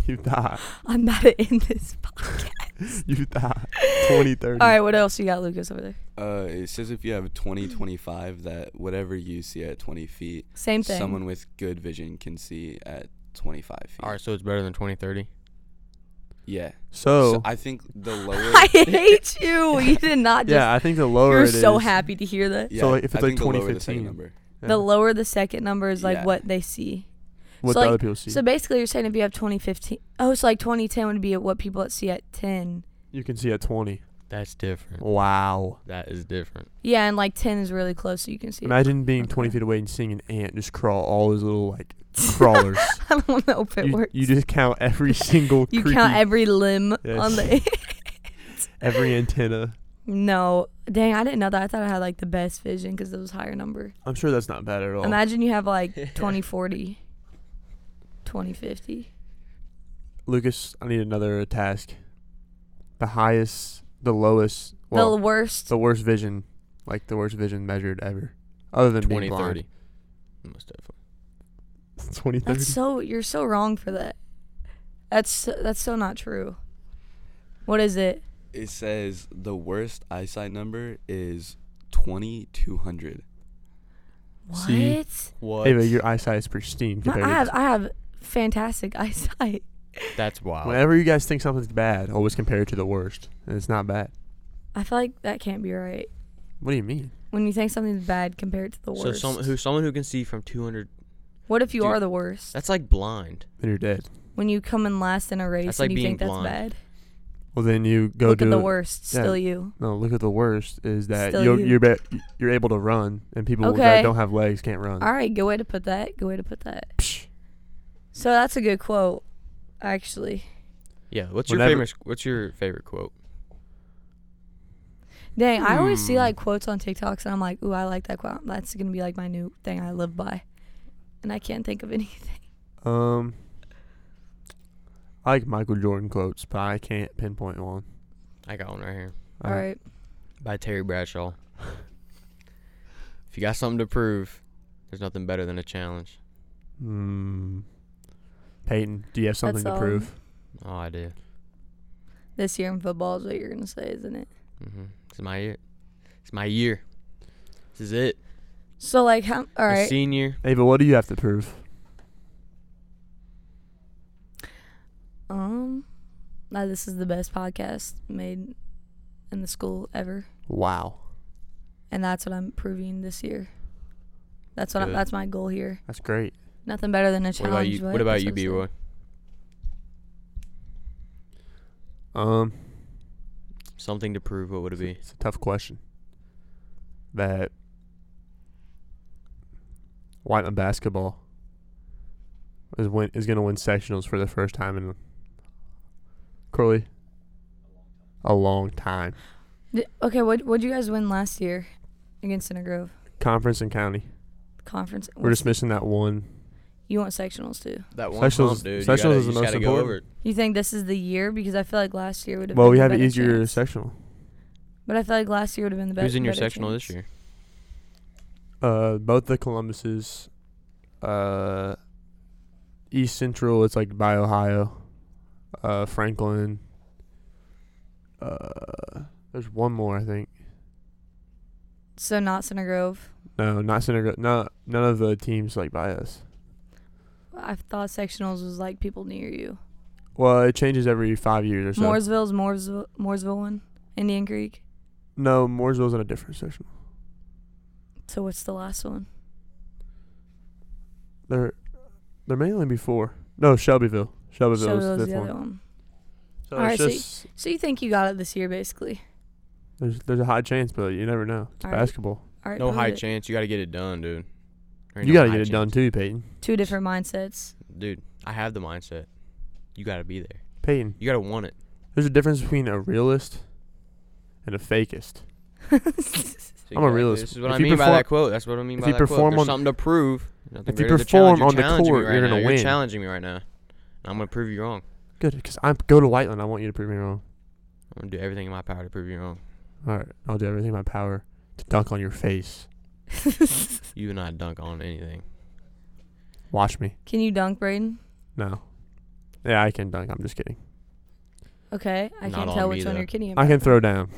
Speaker 4: you thought.
Speaker 3: I'm about to end this podcast.
Speaker 4: You thought. Twenty thirty.
Speaker 3: All right, what else you got, Lucas, over there?
Speaker 5: Uh, it says if you have 20, 25, that whatever you see at 20 feet,
Speaker 3: Same thing.
Speaker 5: someone with good vision can see at 25 feet.
Speaker 2: All right, so it's better than 2030.
Speaker 5: Yeah.
Speaker 4: So,
Speaker 5: I think the lower.
Speaker 3: I hate you. You did not just.
Speaker 4: yeah, I think the lower
Speaker 3: you're
Speaker 4: it
Speaker 3: so
Speaker 4: is-
Speaker 3: happy to hear that.
Speaker 5: yeah,
Speaker 4: so, like, if
Speaker 5: I
Speaker 4: it's, like,
Speaker 5: think the lower the
Speaker 4: 2015.
Speaker 5: second number.
Speaker 4: yeah,
Speaker 3: The lower the second number is like
Speaker 5: Yeah.
Speaker 3: what they see.
Speaker 4: what
Speaker 3: so,
Speaker 4: the
Speaker 3: like,
Speaker 4: other people see.
Speaker 3: So basically, you're saying if you have 2015, oh, so like 2010 would be what people see at 10.
Speaker 4: you can see at twenty.
Speaker 2: That's different.
Speaker 4: Wow.
Speaker 2: That is different.
Speaker 3: Yeah, and like 10 is really close, so you can see. it.
Speaker 4: Imagine being twenty
Speaker 3: Okay.
Speaker 4: feet away and seeing an ant just crawl all his little like crawlers.
Speaker 3: I don't know if it
Speaker 4: you,
Speaker 3: works.
Speaker 4: you just count every single.
Speaker 3: You
Speaker 4: creepy,
Speaker 3: count every limb
Speaker 4: Yes.
Speaker 3: on the.
Speaker 4: every antenna.
Speaker 3: no, dang, I didn't know that. I thought I had like the best vision because it was higher number.
Speaker 4: I'm sure that's not bad at all.
Speaker 3: Imagine you have like 2040, 2050.
Speaker 4: Lucas, I need another task. The highest, the lowest, well,
Speaker 3: the worst.
Speaker 4: the worst vision, like the worst vision measured ever, other than being blind.
Speaker 2: 2030. Most definitely.
Speaker 4: 2030.
Speaker 3: That's so you're so wrong for that. That's so, that's so not true. What is it?
Speaker 5: It says the worst eyesight number is 2200.
Speaker 3: What?
Speaker 4: See,
Speaker 2: What?
Speaker 4: Ava, your eyesight is pristine.
Speaker 3: My-
Speaker 4: Compared
Speaker 3: I
Speaker 4: to-
Speaker 3: have I have fantastic eyesight.
Speaker 2: That's wild.
Speaker 4: Whenever you guys think something's bad, always compare it to the worst, and it's not bad.
Speaker 3: I feel like that can't be right.
Speaker 4: What do you mean?
Speaker 3: When you think something's bad compared to the
Speaker 2: So
Speaker 3: worst.
Speaker 2: some, who someone who can see from 200.
Speaker 3: what if you
Speaker 2: dude,
Speaker 3: are the worst?
Speaker 2: That's like blind.
Speaker 4: Then you're dead.
Speaker 3: When you come in last in a race
Speaker 2: like
Speaker 3: and you
Speaker 2: being
Speaker 3: think that's
Speaker 2: blind.
Speaker 3: bad.
Speaker 4: Well, then you go
Speaker 3: Look
Speaker 4: to
Speaker 3: at the worst,
Speaker 4: yeah.
Speaker 3: still you.
Speaker 4: No, look at the worst is that
Speaker 3: Still
Speaker 4: you're
Speaker 3: you.
Speaker 4: you're, ba you're able to run, and people
Speaker 3: Okay.
Speaker 4: that don't have legs can't run.
Speaker 3: All right, good way to put that. Good way to put that.
Speaker 4: Psh.
Speaker 3: So that's a good quote, actually.
Speaker 2: Yeah. What's
Speaker 4: Whenever-
Speaker 2: your famous? What's your favorite quote?
Speaker 3: Dang, I always see
Speaker 4: Hmm.
Speaker 3: like quotes on TikToks and I'm like, ooh, I like that quote. That's gonna be like my new thing I live by. And I can't think of anything.
Speaker 4: Um, I like Michael Jordan quotes, but I can't pinpoint one.
Speaker 2: I got one right here
Speaker 4: Uh,
Speaker 3: All right.
Speaker 2: by Terry Bradshaw. if you got something to prove, there's nothing better than a challenge.
Speaker 4: Hmm. Peyton, do you have something
Speaker 3: all.
Speaker 4: to prove?
Speaker 2: Oh, I do.
Speaker 3: This year in football is what you're gonna say, isn't it?
Speaker 2: Mm-hmm. It's my year. It's my year. This is it.
Speaker 3: So like how all
Speaker 2: A
Speaker 3: right.
Speaker 2: senior.
Speaker 4: Ava, what do you have to prove?
Speaker 3: Um Now this is the best podcast made in the school ever,
Speaker 4: Wow.
Speaker 3: and that's what I'm proving this year. That's what I'm,
Speaker 2: Good.
Speaker 3: that's my goal here.
Speaker 4: That's great.
Speaker 3: Nothing better than a
Speaker 2: What
Speaker 3: challenge.
Speaker 2: about you?
Speaker 3: but
Speaker 2: What about
Speaker 3: that's
Speaker 2: you,
Speaker 3: I'm saying.
Speaker 2: B Roy?
Speaker 4: Um,
Speaker 2: Something to prove. What would it be?
Speaker 4: it's a tough question. That Whiteman basketball is win is going to win sectionals for the first time in Curly a long time.
Speaker 3: Di- Okay, what what'd you guys win last year against Center Grove
Speaker 4: Conference and county.
Speaker 3: Conference?
Speaker 4: We're just missing that one.
Speaker 3: you want sectionals too.
Speaker 2: That
Speaker 4: one Specials- hump, dude, you specials gotta- is the you most gotta go important. over
Speaker 3: You think this is the year because I feel like last year would have.
Speaker 4: Well,
Speaker 3: been
Speaker 4: we
Speaker 3: the
Speaker 4: have an
Speaker 3: better
Speaker 4: easier
Speaker 3: chance.
Speaker 4: sectional.
Speaker 3: But I feel like last year would have been the best.
Speaker 2: Who's in your sectional this year?
Speaker 4: Uh, both the Columbuses, uh, East Central. It's like by Ohio, uh, Franklin. Uh, there's one more I think.
Speaker 3: So not Center Grove.
Speaker 4: No, not Center. Gro- No, none of the teams like by us.
Speaker 3: I thought sectionals was like people near you.
Speaker 4: Well, it changes every five years or so.
Speaker 3: Mooresville's Mooresville, Mooresville one, Indian Creek.
Speaker 4: no, Mooresville's in a different sectional.
Speaker 3: So what's the last one?
Speaker 4: There, there may only be four. No, Shelbyville. Shelbyville's
Speaker 3: Shelbyville's the
Speaker 4: the fifth
Speaker 3: other
Speaker 4: one.
Speaker 3: one.
Speaker 4: So
Speaker 3: All
Speaker 4: it's
Speaker 3: right, so-
Speaker 4: just
Speaker 3: So you think you got it this year, basically?
Speaker 4: there's there's a high chance, but you never know. It's
Speaker 3: All right.
Speaker 4: basketball.
Speaker 3: All right.
Speaker 2: No
Speaker 3: prove
Speaker 2: high
Speaker 3: it.
Speaker 2: chance. You gotta get it done, dude. There ain't
Speaker 4: You
Speaker 2: no
Speaker 4: gotta
Speaker 2: high
Speaker 4: get it done
Speaker 2: chance.
Speaker 4: too, Peyton.
Speaker 3: Two different mindsets.
Speaker 2: dude. I have the mindset. You gotta be there.
Speaker 4: Peyton.
Speaker 2: You gotta want it.
Speaker 4: There's a difference between a realist and a fakist. I'm a
Speaker 2: Exactly.
Speaker 4: realist.
Speaker 2: This is what
Speaker 4: If
Speaker 2: I
Speaker 4: you
Speaker 2: mean by that
Speaker 4: perform-
Speaker 2: quote. That's what I mean
Speaker 4: if
Speaker 2: by
Speaker 4: you
Speaker 2: that
Speaker 4: perform
Speaker 2: quote. There's
Speaker 4: on-
Speaker 2: something to prove. Nothing
Speaker 4: if you
Speaker 2: greater to challenge.
Speaker 4: perform
Speaker 2: You're
Speaker 4: on the
Speaker 2: challenging me
Speaker 4: court,
Speaker 2: right
Speaker 4: you're
Speaker 2: now.
Speaker 4: gonna
Speaker 2: You're
Speaker 4: win.
Speaker 2: challenging me right now. And I'm gonna prove you wrong.
Speaker 4: Good, because I go to Whiteland. I want you to prove me wrong.
Speaker 2: I'm gonna do everything in my power to prove you wrong.
Speaker 4: All right, I'll do everything in my power to dunk on your face.
Speaker 2: You and I dunk on anything.
Speaker 4: Watch me.
Speaker 3: Can you dunk, Braden?
Speaker 4: No. Yeah, I can dunk. I'm just kidding.
Speaker 3: Okay, I
Speaker 2: Not
Speaker 3: can't
Speaker 2: on
Speaker 3: tell
Speaker 2: me,
Speaker 3: which one
Speaker 2: though.
Speaker 3: you're kidding about.
Speaker 4: I can throw down.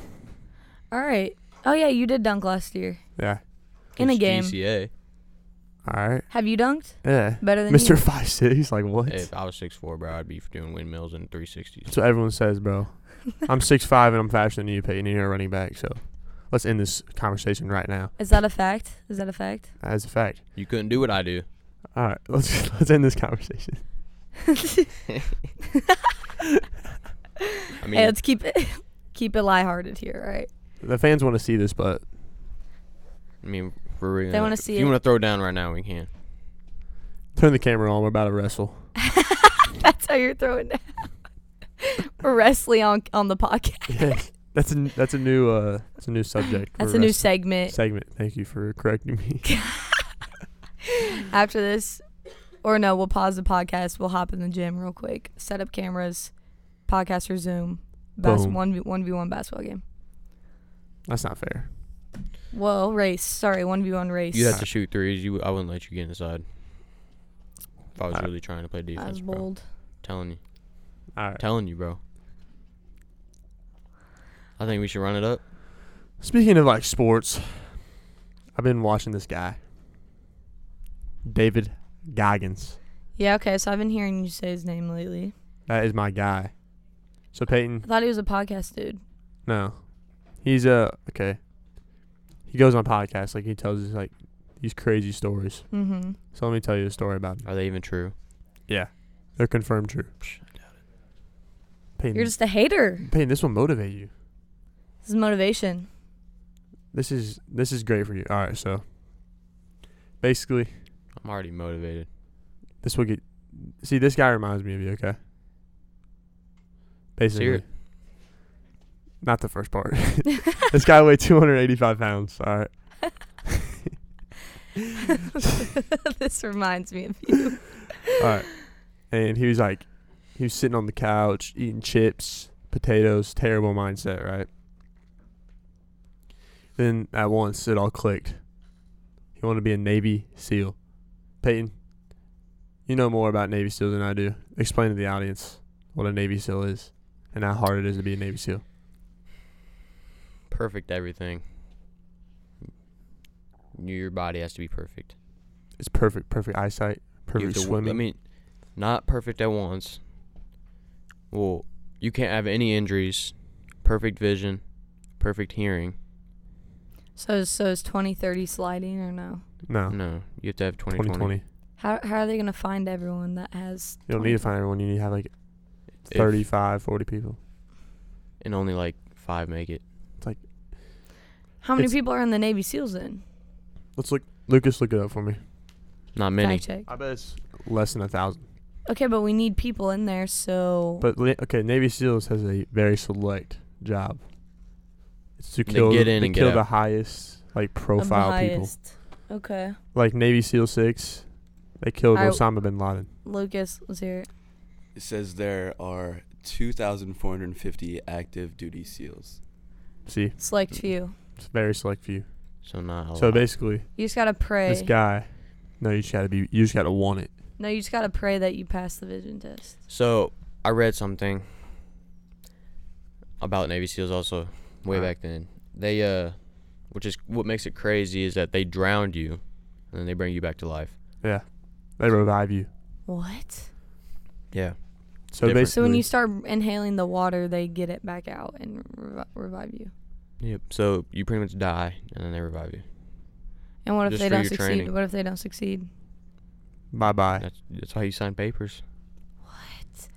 Speaker 3: All right. Oh yeah, you did dunk last year
Speaker 4: Yeah.
Speaker 3: in a
Speaker 2: It's E
Speaker 3: game.
Speaker 2: GCA.
Speaker 4: All right.
Speaker 3: Have you dunked
Speaker 4: Yeah.
Speaker 3: better than
Speaker 4: Mr.
Speaker 3: you?
Speaker 4: Five Six, like what?
Speaker 2: If I was six four, bro, I'd be doing windmills and three sixties.
Speaker 4: That's what everyone says, bro. I'm six five and I'm faster than you, Peyton. and You're a running back, so let's end this conversation right now.
Speaker 3: Is that a fact? Is that a fact?
Speaker 4: As a fact.
Speaker 2: You couldn't do what I do.
Speaker 4: All right, let's let's end this conversation.
Speaker 2: I mean,
Speaker 3: Hey, let's keep it keep it lighthearted here, all right?
Speaker 4: The fans want to see this, but
Speaker 2: I mean, for real.
Speaker 3: They wanna
Speaker 2: if
Speaker 3: see
Speaker 2: You
Speaker 3: it.
Speaker 2: want to throw down right now? We can.
Speaker 4: turn the camera on. We're about to wrestle.
Speaker 3: That's how you're throwing down. We're wrestling on on the podcast.
Speaker 4: Yes. that's a that's a new uh that's a new subject.
Speaker 3: That's
Speaker 4: We're
Speaker 3: a new
Speaker 4: wrestling.
Speaker 3: segment.
Speaker 4: segment. Thank you for correcting me.
Speaker 3: After this, or no, we'll pause the podcast. We'll hop in the gym real quick. Set up cameras. Podcast resume. Bas-
Speaker 4: Boom.
Speaker 3: one v one v one basketball game.
Speaker 4: That's not fair.
Speaker 3: Whoa, race. Sorry, one v one race.
Speaker 2: You have to shoot threes. You, I wouldn't let you get inside. If I was
Speaker 4: I-
Speaker 2: really trying to play
Speaker 3: I
Speaker 2: defense,
Speaker 3: was
Speaker 2: bro.
Speaker 3: bold.
Speaker 2: Telling you,
Speaker 4: All right.
Speaker 2: telling you, bro. I think we should run it up.
Speaker 4: Speaking of like sports, I've been watching this guy, David Goggins.
Speaker 3: Yeah. Okay. So I've been hearing you say his name lately.
Speaker 4: That is my guy. So
Speaker 3: I
Speaker 4: Peyton,
Speaker 3: thought he was a podcast dude.
Speaker 4: no, he's uh, okay. He goes on podcasts like he tells us like these crazy stories.
Speaker 3: Mm-hmm.
Speaker 4: So let me tell you a story about him.
Speaker 2: Are they even true?
Speaker 4: Yeah, they're confirmed true. Peyton,
Speaker 3: You're just a hater.
Speaker 4: Peyton, this will motivate you.
Speaker 3: This is motivation.
Speaker 4: This is this is great for you. All right, so basically,
Speaker 2: I'm already motivated.
Speaker 4: this will get. See, this guy reminds me of you. Okay. Basically,
Speaker 2: Serious?
Speaker 4: not the first part. this guy weighed 285 pounds. All right.
Speaker 3: this reminds me of you.
Speaker 4: All right. And he was like, he was sitting on the couch eating chips, potatoes, terrible mindset, right? Then at once it all clicked. He wanted to be a Navy SEAL. Peyton, you know more about Navy SEAL than I do. Explain to the audience what a Navy SEAL is and how hard it is to be a Navy SEAL.
Speaker 2: Perfect everything. Your body has to be perfect.
Speaker 4: It's perfect, perfect eyesight,
Speaker 2: You have
Speaker 4: perfect
Speaker 2: to w-
Speaker 4: swimming.
Speaker 2: I mean, not perfect at once. Well, You can't have any injuries. Perfect vision. Perfect hearing.
Speaker 3: So is- so is 2030 sliding or no?
Speaker 4: No.
Speaker 2: No, you have to have 2020.
Speaker 4: 2020.
Speaker 3: How how are they gonna find everyone that has?
Speaker 4: You don't need to
Speaker 3: 2020?
Speaker 4: find everyone. You need to have like
Speaker 2: If-
Speaker 4: 35, 40 people.
Speaker 2: and only like five make it.
Speaker 3: How many
Speaker 4: It's-
Speaker 3: people are in the Navy SEALs then?
Speaker 4: Let's look. Lucas, look it up for me.
Speaker 2: Not many.
Speaker 3: Fact check.
Speaker 4: I bet it's less than a thousand.
Speaker 3: Okay, but we need people in there, so
Speaker 4: But li- okay, Navy SEALs has a very select job. It's to
Speaker 2: They
Speaker 4: kill
Speaker 2: get
Speaker 4: the,
Speaker 2: in
Speaker 4: to
Speaker 2: and get
Speaker 4: kill
Speaker 2: out.
Speaker 4: the highest like
Speaker 3: the
Speaker 4: profile people.
Speaker 3: highest. Okay,
Speaker 4: Like Navy SEAL six, they killed
Speaker 3: I-
Speaker 4: Osama bin Laden.
Speaker 3: Lucas, let's hear it.
Speaker 5: It says there are 2,450 active duty SEALs.
Speaker 4: See,
Speaker 3: Select few.
Speaker 4: it's a very select few.
Speaker 2: So not a
Speaker 4: So
Speaker 2: lot.
Speaker 4: basically,
Speaker 3: You just gotta pray.
Speaker 4: this guy, no, you just gotta be, you just gotta want it.
Speaker 3: No, you just gotta pray that you pass the vision test.
Speaker 2: So I read something about Navy SEALs also way back then. They uh which is what makes it crazy is that they drowned you and then they bring you back to life.
Speaker 4: Yeah, they revive you.
Speaker 3: What?
Speaker 2: Yeah.
Speaker 4: So
Speaker 2: Different.
Speaker 4: basically,
Speaker 3: So when you start inhaling the water, they get it back out and revi- revive you.
Speaker 2: Yep. So you pretty much die and then they revive you.
Speaker 3: And what if
Speaker 2: Just
Speaker 3: they
Speaker 2: for
Speaker 3: don't
Speaker 2: your
Speaker 3: succeed?
Speaker 2: training.
Speaker 3: What if they don't succeed?
Speaker 4: bye bye.
Speaker 2: That's that's why you sign papers.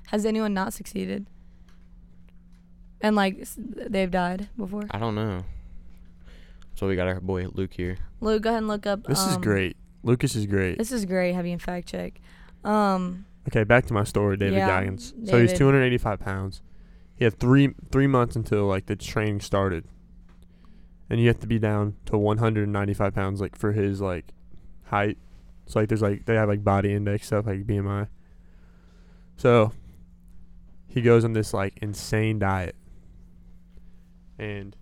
Speaker 3: Has anyone not succeeded? And like s- they've died before.
Speaker 2: I don't know. So we got our boy Luke here.
Speaker 3: Luke, go ahead and look up.
Speaker 4: This is
Speaker 3: um,
Speaker 4: great. Lucas is great.
Speaker 3: This is great. Having a fact check. Um,
Speaker 4: Okay, back to my story, David
Speaker 3: Yeah,
Speaker 4: Goggins. So he's
Speaker 3: David.
Speaker 4: 285 pounds. He had three three months until like the training started, and you have to be down to 195 pounds like for his like height. So like there's like they have like body index stuff like BMI. So he goes on this like insane diet, and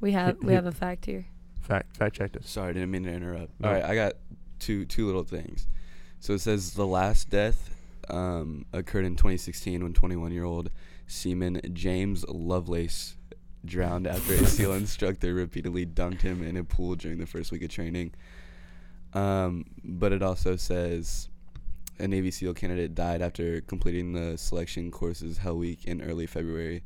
Speaker 3: we have we
Speaker 4: he-
Speaker 3: have a fact here.
Speaker 4: fact fact checked us.
Speaker 5: Sorry, I didn't mean to interrupt.
Speaker 4: No.
Speaker 5: All right, I got two two little things. So it says the last death um, occurred in 2016 when 21 year old seaman James Lovelace drowned after a SEAL instructor repeatedly dunked him in a pool during the first week of training. Um, but it also says a Navy SEAL candidate died after completing the selection courses Hell Week in early February.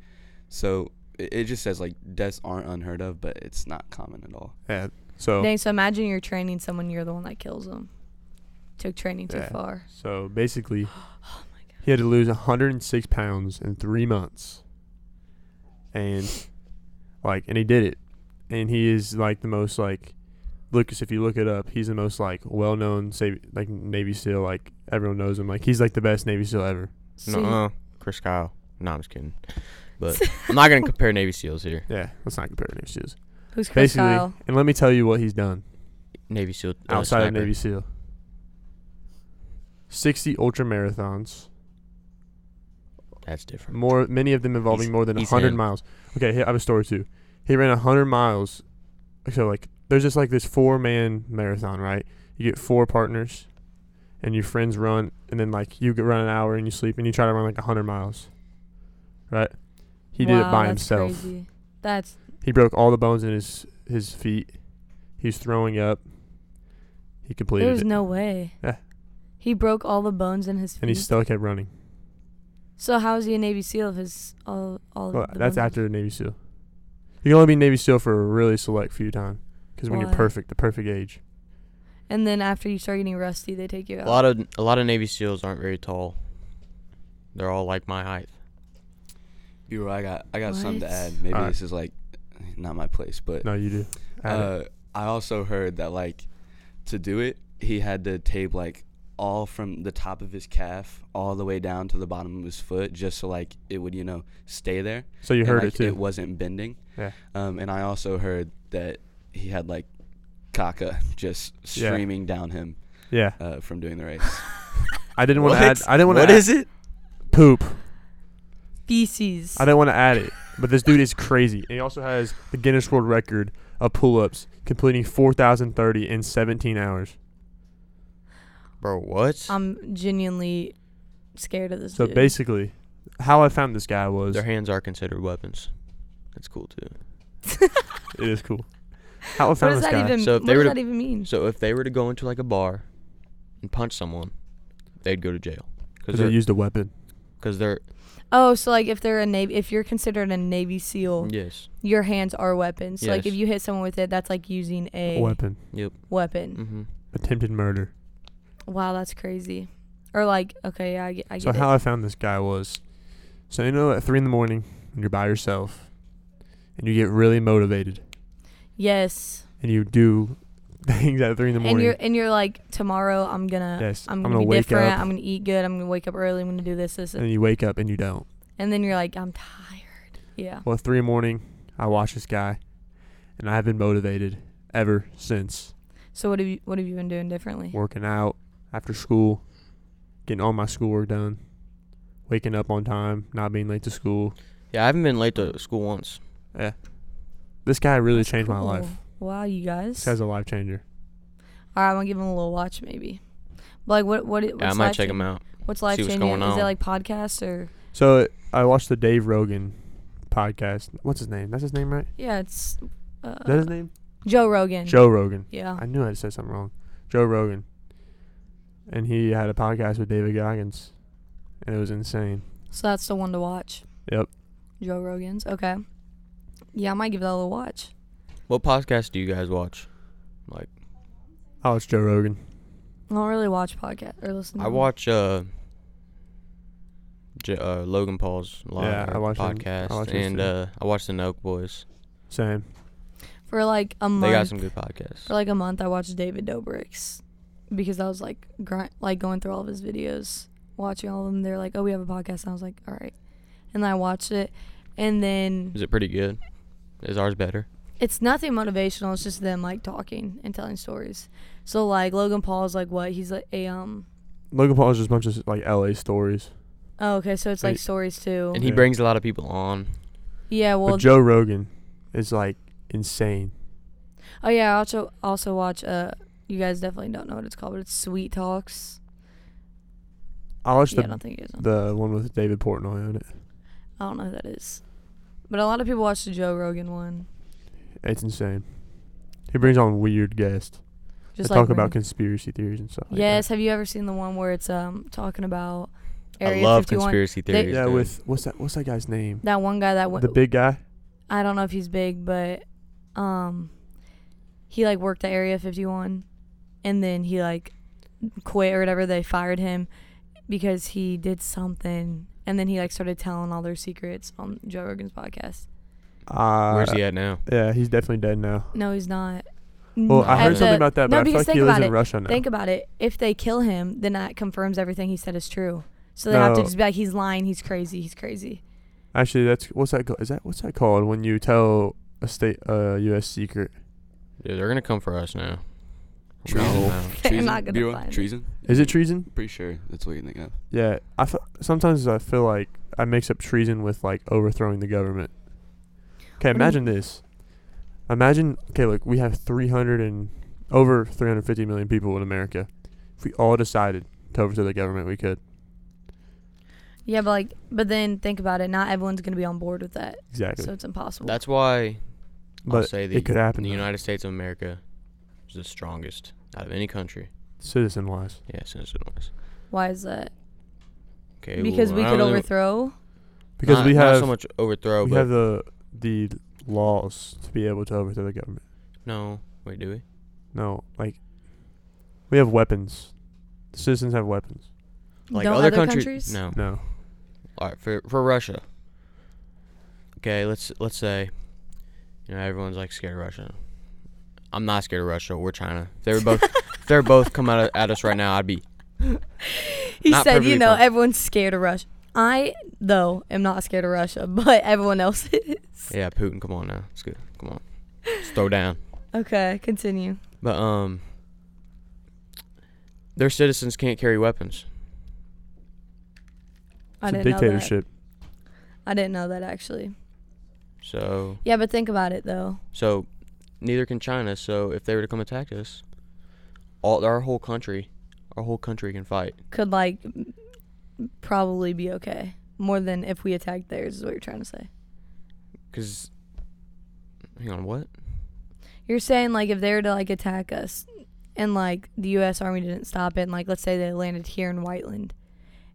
Speaker 5: So it, it just says like deaths aren't unheard of, but it's not common at all.
Speaker 4: Yeah. So
Speaker 3: Dang, so imagine you're training someone, you're the one that kills them. Took training too
Speaker 4: Yeah.
Speaker 3: far.
Speaker 4: So basically,
Speaker 3: Oh
Speaker 4: he had to lose 106 pounds in three months, and like, and he did it. And he is like the most like Lucas. If you look it up, he's the most like well-known sa- like Navy SEAL. Like everyone knows him. Like he's like the best Navy SEAL ever.
Speaker 3: See,
Speaker 2: No, Chris Kyle. No, I'm just kidding. But I'm not gonna compare Navy SEALs here.
Speaker 4: Yeah, let's not compare Navy SEALs.
Speaker 3: who's Chris
Speaker 4: Basically,
Speaker 3: Kyle?
Speaker 4: and let me tell you what he's done
Speaker 2: Navy SEAL uh,
Speaker 4: outside of
Speaker 2: sniper.
Speaker 4: Navy SEAL. 60 ultra marathons,
Speaker 2: That's different.
Speaker 4: more many of them involving
Speaker 2: He's-
Speaker 4: more than
Speaker 2: he's
Speaker 4: 100
Speaker 2: him.
Speaker 4: miles okay here- i have a story too he ran 100 miles so like there's just like this four man marathon right you get four partners and your friends run and then like you go run an hour and you sleep and you try to run like 100 miles right he did it
Speaker 3: Wow,
Speaker 4: by
Speaker 3: that's
Speaker 4: himself
Speaker 3: Crazy. That's
Speaker 4: he broke all the bones in his his feet he's throwing up he completed
Speaker 3: there's
Speaker 4: it
Speaker 3: no way.
Speaker 4: Yeah.
Speaker 3: He broke all the bones in his feet.
Speaker 4: and he still kept running
Speaker 3: so how is he a Navy SEAL if his all all? of
Speaker 4: well,
Speaker 3: the
Speaker 4: that's
Speaker 3: bones-
Speaker 4: after the navy seal you can only be navy seal for a really select few time because when you're
Speaker 3: Why?
Speaker 4: perfect the perfect age
Speaker 3: And then after you start getting rusty, they take you out.
Speaker 2: A lot of a lot of Navy SEALs aren't very tall. They're all like my height.
Speaker 5: Bureau, I got I got something to
Speaker 3: What?
Speaker 5: add. Maybe
Speaker 4: Alright.
Speaker 5: this is like not my place, but
Speaker 4: No, you do. Add it.
Speaker 5: uh, I also heard that like to do it, he had to tape like all from the top of his calf all the way down to the bottom of his foot, just so like it would you know stay there.
Speaker 4: so you
Speaker 5: and,
Speaker 4: heard
Speaker 5: like,
Speaker 4: it too.
Speaker 5: It wasn't bending.
Speaker 4: Yeah.
Speaker 5: Um, and I also heard that he had like caca just
Speaker 4: Yeah.
Speaker 5: streaming down him
Speaker 4: yeah,
Speaker 5: uh, from doing the race.
Speaker 4: I didn't want to
Speaker 2: What?
Speaker 4: add. I didn't want to.
Speaker 2: What
Speaker 4: add,
Speaker 2: is it?
Speaker 4: poop?
Speaker 3: feces.
Speaker 4: I didn't want to add it, but this dude is crazy. And he also has the Guinness World Record of pull-ups, completing 4,030 in 17 hours.
Speaker 2: Bro, what?
Speaker 3: I'm genuinely scared of this.
Speaker 4: So
Speaker 3: dude.
Speaker 4: basically, how I found this guy was
Speaker 2: Their hands are considered weapons. That's cool too.
Speaker 4: it is cool. How I
Speaker 3: what
Speaker 4: found
Speaker 3: does
Speaker 4: this
Speaker 3: that
Speaker 4: guy.
Speaker 3: even?
Speaker 2: So if
Speaker 3: what
Speaker 2: they
Speaker 3: does
Speaker 2: were to-
Speaker 3: that even mean?
Speaker 2: So if they were to go into like a bar and punch someone, they'd go to jail because
Speaker 4: Because I
Speaker 2: they're
Speaker 4: used a weapon.
Speaker 2: because they're
Speaker 3: Oh, so like if they're a navy, if you're considered a Navy
Speaker 4: Oh.
Speaker 3: SEAL,
Speaker 2: Yes.
Speaker 3: your hands are weapons. So like if
Speaker 2: Mm. Yes.
Speaker 3: you hit someone with it, that's like using a
Speaker 4: Weapon.
Speaker 3: weapon.
Speaker 2: Mm-hmm.
Speaker 4: Attempted murder.
Speaker 2: Mm.
Speaker 3: Wow, that's crazy. Or like, okay, yeah, I get, I
Speaker 4: So
Speaker 3: get
Speaker 4: how
Speaker 3: it.
Speaker 4: I found this guy was, so you know at three in the morning when you're by yourself, and you get really motivated,
Speaker 3: Yes,
Speaker 4: and you do things at three in the
Speaker 3: and
Speaker 4: morning.
Speaker 3: you're and you're like tomorrow I'm gonna
Speaker 4: Yes,
Speaker 3: I'm,
Speaker 4: I'm
Speaker 3: gonna,
Speaker 4: gonna
Speaker 3: be
Speaker 4: wake
Speaker 3: different.
Speaker 4: up.
Speaker 3: I'm gonna eat good. I'm gonna wake up early. I'm gonna do this this,
Speaker 4: and then you wake up and you don't.
Speaker 3: and then you're like I'm tired. Yeah.
Speaker 4: Well, at three in the morning, I watch this guy, and I've been motivated ever since.
Speaker 3: So what have you what have you been doing differently?
Speaker 4: Working out after school, getting all my schoolwork done, waking up on time, not being late to school.
Speaker 2: Yeah, I haven't been late to school once.
Speaker 4: This guy really
Speaker 3: That's
Speaker 4: changed my
Speaker 3: cool.
Speaker 4: life.
Speaker 3: Wow, you guys.
Speaker 4: This guy's a life changer.
Speaker 3: All right, I'm gonna give him a little watch maybe. But like what what?
Speaker 2: Yeah, I might check them out.
Speaker 3: What's life
Speaker 2: what's
Speaker 3: changing?
Speaker 2: going
Speaker 3: Is
Speaker 2: on.
Speaker 3: it like podcasts or?
Speaker 4: So I watched the Dave Rogan podcast. What's his name? That's his name, right?
Speaker 3: Yeah, it's uh,
Speaker 4: Is that his name?
Speaker 3: Joe Rogan.
Speaker 4: Joe Rogan.
Speaker 3: Yeah.
Speaker 4: I knew I said something wrong. Joe Rogan. And he had a podcast with David Goggins, and it was insane.
Speaker 3: So that's the one to watch.
Speaker 4: Yep.
Speaker 3: Joe Rogan's. Okay. Yeah, I might give that a little watch.
Speaker 2: What podcast do you guys watch?
Speaker 4: I watched Joe Rogan.
Speaker 3: I don't really watch podcast or listen. To
Speaker 2: I
Speaker 3: them.
Speaker 2: watch uh, J- uh Logan Paul's live
Speaker 4: Yeah, I
Speaker 2: or
Speaker 4: watch him. I
Speaker 2: podcast,
Speaker 4: watch his
Speaker 2: and
Speaker 4: too.
Speaker 2: uh, I watch the Noak Boys.
Speaker 4: Same.
Speaker 3: for like a month.
Speaker 2: They got some good podcasts.
Speaker 3: for like a month, I watched David Dobrik's because I was like grind, like going through all of his videos, watching all of them. They're like, "Oh, we have a podcast," and I was like, "All right," and I watched it, and then
Speaker 2: Is it pretty good? Is ours better?
Speaker 3: it's nothing motivational. It's just them like talking and telling stories. So like Logan Paul's like what he's like a um.
Speaker 4: Logan Paul is just a bunch of like LA stories.
Speaker 3: Oh, okay, so it's
Speaker 4: And
Speaker 3: like
Speaker 4: he-
Speaker 3: stories too.
Speaker 2: And he
Speaker 4: Yeah.
Speaker 2: brings a lot of people on.
Speaker 3: yeah, well,
Speaker 4: but Joe Rogan is like insane.
Speaker 3: oh yeah, I also also watch uh. You guys definitely don't know what it's called, but it's Sweet Talks.
Speaker 4: I watched
Speaker 3: yeah, I
Speaker 4: the
Speaker 3: don't think you guys know.
Speaker 4: the one with David Portnoy on it.
Speaker 3: I don't know who that is, but a lot of people watch the Joe Rogan one.
Speaker 4: It's insane. He brings on weird guests.
Speaker 3: Just
Speaker 4: they
Speaker 3: like
Speaker 4: talk about
Speaker 3: random-
Speaker 4: conspiracy theories and stuff. Like
Speaker 3: yes,
Speaker 4: that.
Speaker 3: have you ever seen the one where it's um talking about Area
Speaker 2: I love
Speaker 3: 51?
Speaker 2: conspiracy
Speaker 3: They-
Speaker 2: theories.
Speaker 4: Yeah,
Speaker 2: dude.
Speaker 4: with what's that? What's that guy's name?
Speaker 3: That one guy that went.
Speaker 4: the big guy.
Speaker 3: I don't know if he's big, but um, he like worked at Area 51, and then he like quit or whatever. They fired him because he did something, and then he like started telling all their secrets on Joe Rogan's podcast.
Speaker 4: Uh,
Speaker 2: where's he at now?
Speaker 4: Yeah, he's definitely dead now.
Speaker 3: No, he's not.
Speaker 4: Well, I
Speaker 3: At
Speaker 4: heard
Speaker 2: the-
Speaker 4: something about that,
Speaker 3: no,
Speaker 4: but I feel
Speaker 3: because
Speaker 4: like
Speaker 3: think
Speaker 4: he lives
Speaker 3: about it.
Speaker 4: in Russia now.
Speaker 3: Think about it. If they kill him, then that confirms everything he said is true. So they have to
Speaker 4: No.
Speaker 3: just be like, he's lying, he's crazy, he's crazy.
Speaker 4: Actually, that's what's that? Called? Is that what's that called when you tell a state uh, U.S. secret?
Speaker 2: Dude, they're gonna come for us now. We're
Speaker 5: Treason.
Speaker 2: gonna come out.
Speaker 3: They're not gonna
Speaker 5: B-roll?
Speaker 3: find it.
Speaker 5: treason.
Speaker 4: Is it treason?
Speaker 5: Pretty sure that's what you think of.
Speaker 4: Yeah, I f- sometimes I feel like I mix up treason with like overthrowing the government. Okay,
Speaker 3: What do you-
Speaker 4: imagine this. Imagine okay, look, we have 300 and over 350 million people in America. If we all decided to overthrow the government, we could
Speaker 3: Yeah, but like, but then think about it. Not everyone's gonna be on board with that,
Speaker 4: exactly.
Speaker 3: so it's impossible.
Speaker 2: That's why I'll
Speaker 4: but
Speaker 2: say the,
Speaker 4: it could happen.
Speaker 2: the
Speaker 4: though,
Speaker 2: United States of America is the strongest out of any country.
Speaker 4: citizen-wise.
Speaker 2: Yeah, since it was.
Speaker 3: Why is that?
Speaker 2: Okay,
Speaker 3: because
Speaker 2: well,
Speaker 3: we
Speaker 2: I
Speaker 3: could
Speaker 2: don't really-
Speaker 3: overthrow.
Speaker 4: Because
Speaker 2: not,
Speaker 4: we
Speaker 2: not
Speaker 4: have
Speaker 2: so much overthrow,
Speaker 4: we
Speaker 2: Oh, but
Speaker 4: have the the laws to be able to overthrow the government.
Speaker 2: no. Wait, do we?
Speaker 4: No, like we have weapons. The citizens have weapons.
Speaker 2: Like
Speaker 3: Don't
Speaker 2: other,
Speaker 3: other
Speaker 2: country-
Speaker 3: countries?
Speaker 2: No.
Speaker 4: No.
Speaker 2: All right, for for Russia. Okay, let's let's say, you know, everyone's like scared of Russia. I'm not scared of Russia or China. If they were both if they were both come at, at us right now, I'd be
Speaker 3: He
Speaker 2: Not
Speaker 3: said,
Speaker 2: perfectly
Speaker 3: you know,
Speaker 2: fine.
Speaker 3: everyone's scared of Russia. I though am not scared of Russia, but everyone else is.
Speaker 2: yeah, Putin. Come on now, it's good. Come on, let's throw down.
Speaker 3: Okay, continue.
Speaker 2: But um, their citizens can't carry weapons.
Speaker 3: I
Speaker 4: It's a
Speaker 3: didn't know
Speaker 4: dictatorship.
Speaker 3: that. I didn't know that actually.
Speaker 2: So
Speaker 3: Yeah, but think about it though.
Speaker 2: so neither can China. So if they were to come attack us, all our whole country, our whole country can fight.
Speaker 3: Could like m- probably be okay more than if we attacked theirs. Is what you're trying to say.
Speaker 2: Cause hang on, what?
Speaker 3: You're saying like if they were to like attack us and like the US Army didn't stop it and like let's say they landed here in Whiteland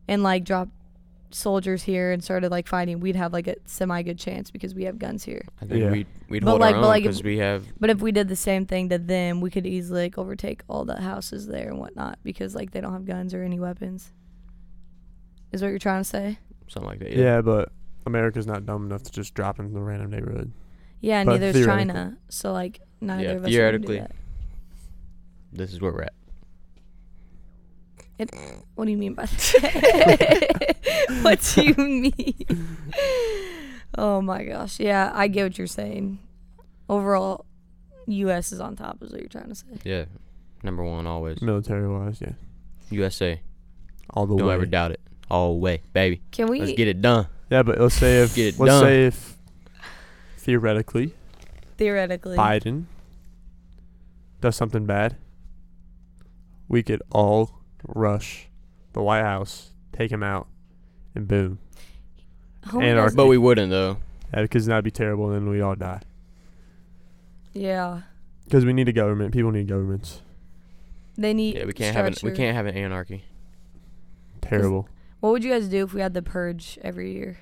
Speaker 3: and like dropped soldiers here and started like fighting, we'd have like a semi good chance because we have guns here.
Speaker 2: I think
Speaker 4: Yeah.
Speaker 2: we'd we'd
Speaker 3: But
Speaker 2: hold
Speaker 3: like-
Speaker 2: our
Speaker 3: but
Speaker 2: own
Speaker 3: like if-
Speaker 2: because we have
Speaker 3: But if we did the same thing to them, we could easily like overtake all the houses there and whatnot because like they don't have guns or any weapons. Is what you're trying to say?
Speaker 2: something like that.
Speaker 4: Yeah. but America's not dumb enough to just drop into the random neighborhood.
Speaker 3: Yeah, and
Speaker 4: But
Speaker 3: neither is
Speaker 4: theoretically.
Speaker 3: China. So like neither
Speaker 2: Yeah,
Speaker 3: of us would do
Speaker 2: theoretically.
Speaker 3: that.
Speaker 2: This is where we're at.
Speaker 3: What do you mean by that? what do you mean? oh my gosh. Yeah, I get what you're saying. Overall, US is on top is what you're trying to say.
Speaker 2: Yeah. Number one always.
Speaker 4: Military wise, yeah.
Speaker 2: USA.
Speaker 4: All the
Speaker 2: Don't
Speaker 4: way.
Speaker 2: ever doubt it. All the way, baby.
Speaker 3: Can we
Speaker 2: Let's get it done.
Speaker 4: yeah, but let's say if
Speaker 2: Get it
Speaker 4: let's
Speaker 2: done.
Speaker 4: say if theoretically
Speaker 3: theoretically
Speaker 4: Biden does something bad, we could all rush the White House, take him out, and boom.
Speaker 3: Home
Speaker 4: and our-
Speaker 3: does-
Speaker 2: But we wouldn't though.
Speaker 4: Yeah, because Uh, that'd be terrible, and then we all die.
Speaker 3: Yeah.
Speaker 4: Because we need a government. People need governments.
Speaker 3: They need
Speaker 2: Yeah, we can't have an, we
Speaker 3: structure.
Speaker 2: can't have an anarchy.
Speaker 4: Terrible.
Speaker 3: What would you guys do if we had the purge every year?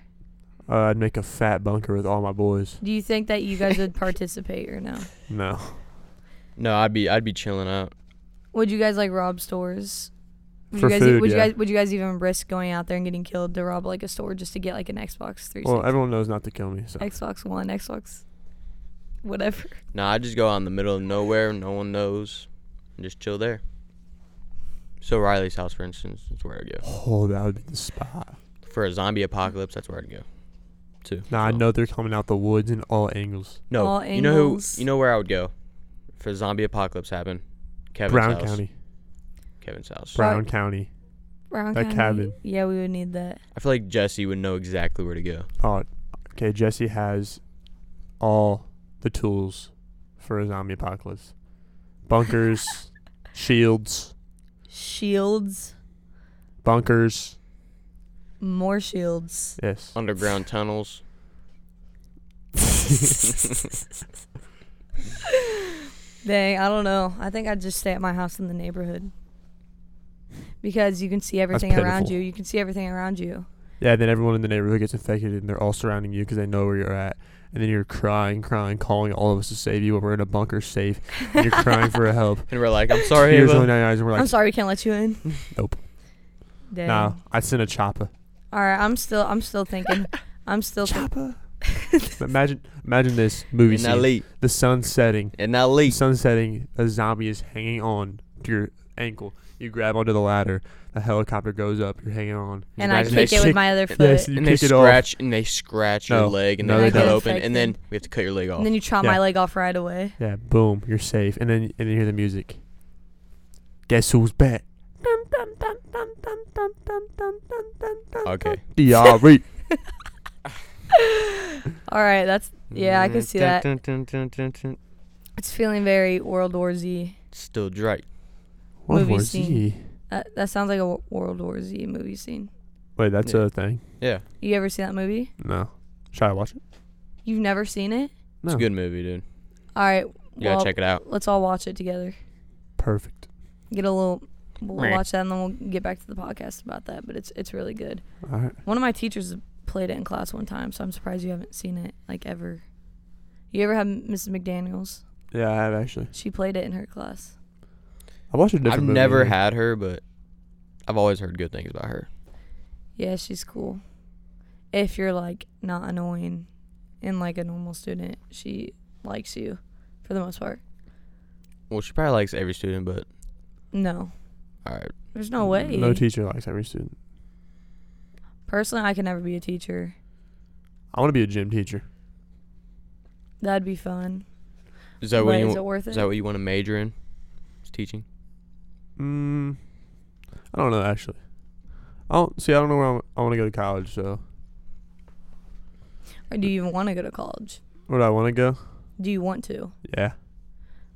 Speaker 4: Uh, I'd make a fat bunker with all my boys.
Speaker 3: Do you think that you guys would participate or no?
Speaker 4: No.
Speaker 2: No, I'd be I'd be chilling out.
Speaker 3: Would you guys like rob stores? Would
Speaker 4: For
Speaker 3: you guys e-
Speaker 4: food,
Speaker 3: would
Speaker 4: yeah.
Speaker 3: you guys would you guys even risk going out there and getting killed to rob like a store just to get like an Xbox 360?
Speaker 4: Well, everyone knows not to kill me. So
Speaker 3: Xbox One, Xbox, whatever.
Speaker 2: No, I'd just go out in the middle of nowhere, no one knows, and just chill there. So Riley's house, for instance, is where I'd go.
Speaker 4: oh, that would be the spot.
Speaker 2: For a zombie apocalypse, that's where I'd go. Too.
Speaker 4: Now I
Speaker 2: So-
Speaker 4: know they're coming out the woods in all angles.
Speaker 2: No,
Speaker 3: All
Speaker 2: you know who?
Speaker 3: angles.
Speaker 2: You know where I would go? For zombie apocalypse happen, Kevin's
Speaker 4: Brown
Speaker 2: house.
Speaker 4: County.
Speaker 2: Kevin's house.
Speaker 4: Brown County.
Speaker 3: Brown
Speaker 4: That
Speaker 3: County.
Speaker 4: cabin.
Speaker 3: Yeah, we would need that.
Speaker 2: I feel like Jesse would know exactly where to go.
Speaker 4: Oh, okay. Jesse has all the tools for a zombie apocalypse: bunkers, shields,
Speaker 3: Shields,
Speaker 4: bunkers.
Speaker 3: more shields.
Speaker 4: Yes.
Speaker 2: Underground tunnels.
Speaker 3: Dang, I don't know. I think I'd just stay at my house in the neighborhood because you can see everything around
Speaker 4: pitiful.
Speaker 3: you. You can see everything around you.
Speaker 4: Yeah, then everyone in the neighborhood gets infected, and they're all surrounding you because they know where you're at. And then you're crying, crying, calling all of us to save you when we're in a bunker safe. And you're crying for help.
Speaker 2: And we're like, I'm sorry,
Speaker 4: Tears
Speaker 2: Ava.
Speaker 4: rolling down your eyes, and we're like,
Speaker 3: I'm sorry, we can't let you in.
Speaker 4: Nope.
Speaker 3: Dang.
Speaker 4: Nah, I sent a chopper.
Speaker 3: All right, I'm still, I'm still thinking. I'm still. Think-
Speaker 4: Chopper. imagine, imagine this movie
Speaker 2: And I
Speaker 4: scene.
Speaker 2: leap.
Speaker 4: The sun setting.
Speaker 2: And I leap.
Speaker 4: Sun setting. A zombie is hanging on to your ankle. You grab onto the ladder. The helicopter goes up. You're hanging on.
Speaker 3: and I
Speaker 2: Imagine they
Speaker 3: kick it with
Speaker 4: kick-
Speaker 3: my other foot.
Speaker 4: Yes, you
Speaker 2: and they
Speaker 4: kick it
Speaker 2: scratch and they scratch
Speaker 4: No.
Speaker 2: your leg and
Speaker 4: No,
Speaker 2: then
Speaker 4: they
Speaker 2: they cut
Speaker 4: don't.
Speaker 2: open and then we have to cut your leg off.
Speaker 3: And then you chop
Speaker 4: Yeah.
Speaker 3: my leg off right away.
Speaker 4: off. Yeah, boom. You're safe. And then and then you hear the music. Guess who's back?
Speaker 2: okay.
Speaker 4: Diary.
Speaker 3: All right, that's Yeah, I could see that.
Speaker 2: Mm, that.
Speaker 3: it's feeling very World War Z.
Speaker 2: Still Drake.
Speaker 4: One
Speaker 3: Movie
Speaker 4: more
Speaker 3: scene.
Speaker 4: Z.
Speaker 3: That, that sounds like a Wo- World War Z movie scene.
Speaker 4: Wait, that's
Speaker 2: Yeah.
Speaker 4: a thing.
Speaker 2: Yeah,
Speaker 3: You ever seen that movie?
Speaker 4: No. Should I watch it?
Speaker 3: You've never seen it?
Speaker 4: No.
Speaker 2: it's a good movie, dude.
Speaker 3: All right.
Speaker 2: You gotta
Speaker 3: well,
Speaker 2: check it out.
Speaker 3: Let's all watch it together.
Speaker 4: Perfect.
Speaker 3: Get a little. We'll
Speaker 2: Meh.
Speaker 3: watch that and then we'll get back to the podcast about that. But it's it's really good.
Speaker 4: All right.
Speaker 3: One of my teachers played it in class one time, so I'm surprised you haven't seen it like ever. You ever have Mrs. McDaniel's?
Speaker 4: Yeah, I have actually.
Speaker 3: She played it in her class.
Speaker 4: I watched a different
Speaker 2: I've
Speaker 4: movie.
Speaker 2: never
Speaker 4: than-
Speaker 2: had her, but I've always heard good things about her.
Speaker 3: Yeah, she's cool. If you're like not annoying and like a normal student, she likes you for the most part.
Speaker 2: Well, she probably likes every student, but
Speaker 3: No,
Speaker 2: all right.
Speaker 3: there's
Speaker 2: Mm,
Speaker 3: no way.
Speaker 4: No teacher likes every student.
Speaker 3: Personally, I could never be a teacher.
Speaker 4: I want to be a gym teacher.
Speaker 3: That'd be fun.
Speaker 2: Is that
Speaker 3: but
Speaker 2: what
Speaker 3: is
Speaker 2: you
Speaker 3: it
Speaker 2: want?
Speaker 3: worth
Speaker 2: Is
Speaker 3: it?
Speaker 2: that what you want to major in? It's teaching.
Speaker 4: Mm, I don't know actually. I don't see. I don't know where I'm, I want to go to college. So
Speaker 3: or do you even want to go to college?
Speaker 4: where do I want to go?
Speaker 3: Do you want to?
Speaker 4: Yeah.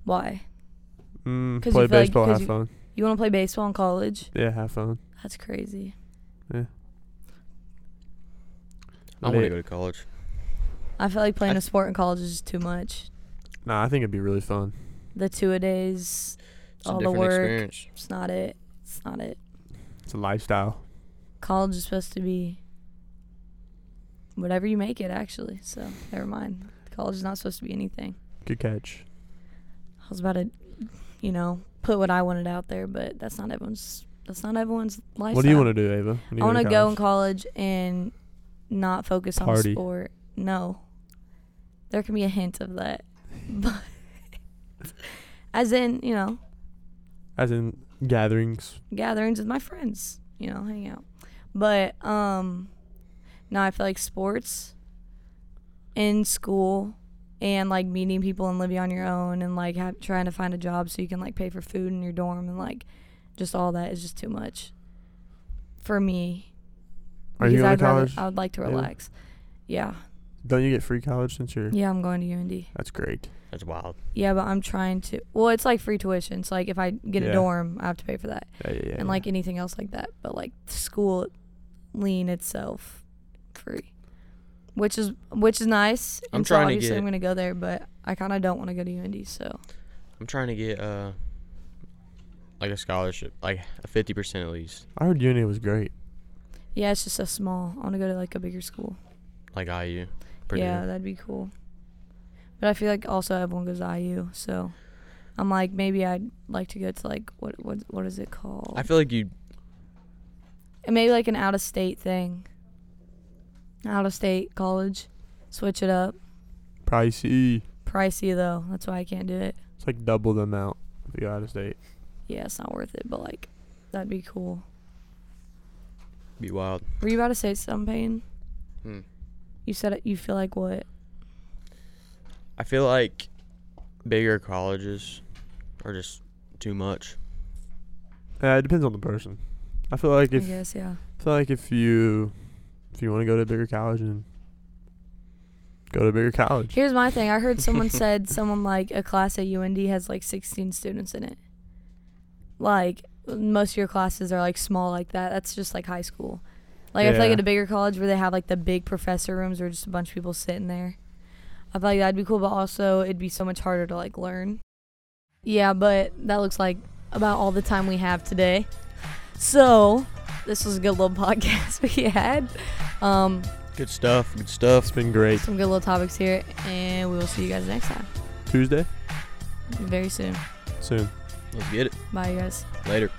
Speaker 3: Why?
Speaker 4: Mm,
Speaker 3: 'Cause you
Speaker 4: play
Speaker 3: feel like-
Speaker 4: baseball.
Speaker 3: 'cause
Speaker 4: have
Speaker 3: you-
Speaker 4: fun.
Speaker 3: You want to play baseball in college?
Speaker 4: Yeah, have fun.
Speaker 3: That's crazy.
Speaker 2: I want to
Speaker 4: Lit.
Speaker 2: go to college.
Speaker 3: I feel like playing
Speaker 2: I-
Speaker 3: a sport in college is just too much.
Speaker 4: Nah, I think it'd be really fun.
Speaker 3: The two a days,
Speaker 2: It's
Speaker 3: all
Speaker 2: a
Speaker 3: the
Speaker 2: different
Speaker 3: work.
Speaker 2: experience.
Speaker 3: It's not it. It's not it.
Speaker 4: It's a lifestyle.
Speaker 3: College is supposed to be whatever you make it, actually. So never mind. College is not supposed to be anything.
Speaker 4: Good catch.
Speaker 3: I was about to, you know, put what I wanted out there, but that's not everyone's. That's not everyone's life.
Speaker 4: What do you want to do, Ava? when you
Speaker 3: I want to go in
Speaker 4: college?
Speaker 3: college and not focus
Speaker 4: Party.
Speaker 3: on sport. No, there can be a hint of that, but as in, you know,
Speaker 4: As in gatherings.
Speaker 3: gatherings with my friends, you know, hang out. But um now I feel like sports in school and like meeting people and living on your own and like have, trying to find a job so you can like pay for food in your dorm and like just all that is just too much for me.
Speaker 4: Are you
Speaker 3: Because uh,
Speaker 4: going
Speaker 3: I'd
Speaker 4: to
Speaker 3: rather-
Speaker 4: college?
Speaker 3: I would like to
Speaker 4: Yeah.
Speaker 3: relax. Yeah.
Speaker 4: Don't you get free college since you're?
Speaker 3: Yeah, I'm going to UND.
Speaker 4: That's great.
Speaker 2: That's wild.
Speaker 3: Yeah, but I'm trying to. Well, it's like free tuition. So like if I get
Speaker 4: Yeah.
Speaker 3: a dorm, I have to pay for that.
Speaker 4: Yeah, yeah, yeah.
Speaker 3: and like anything else like that. But like school lean itself free, which is which is nice.
Speaker 2: I'm
Speaker 3: and
Speaker 2: trying
Speaker 3: so
Speaker 2: to
Speaker 3: obviously
Speaker 2: get-
Speaker 3: I'm gonna go there, but I kind of don't want to go to UND. So
Speaker 2: I'm trying to get uh like a scholarship, like a fifty percent at least,
Speaker 4: I heard uni was great.
Speaker 3: yeah, it's just so small. I want to go to like a bigger school.
Speaker 2: like IU. Purdue.
Speaker 3: Yeah, that'd be cool. But I feel like also everyone goes to IU, so I'm like maybe I'd like to go to like what what what is it called?
Speaker 2: I feel like you.
Speaker 3: and maybe like an out of state thing. Out of state college, switch it up.
Speaker 4: Pricey.
Speaker 3: Pricey though, that's why I can't do it.
Speaker 4: It's like double the amount if you go out of state.
Speaker 3: yeah, it's not worth it, but like that'd be cool.
Speaker 2: Be wild.
Speaker 3: Were you about to say something? Peyton?
Speaker 2: Hmm.
Speaker 3: You said it, you feel like what?
Speaker 2: I feel like bigger colleges are just too much.
Speaker 4: Uh, it depends on the person. I feel like if
Speaker 3: I guess yeah.
Speaker 4: I feel like if you if you want to go to a bigger college and go to a bigger college.
Speaker 3: Here's my thing. I heard someone said someone like a class at UND has like 16 students in it. Like most of your classes are like small like that. That's just like high school. Like I feel like
Speaker 4: Yeah.
Speaker 3: at a bigger college where they have like the big professor rooms where just a bunch of people sitting there. I feel like that'd be cool, but also it'd be so much harder to like learn. Yeah, but that looks like about all the time we have today. So this was a good little podcast we had. Um,
Speaker 2: Good stuff. Good stuff.
Speaker 4: It's been great.
Speaker 3: some good little topics here, and we will see you guys next time
Speaker 4: Tuesday
Speaker 3: very soon.
Speaker 4: soon.
Speaker 2: Let's get it
Speaker 3: Bye, you guys.
Speaker 2: later.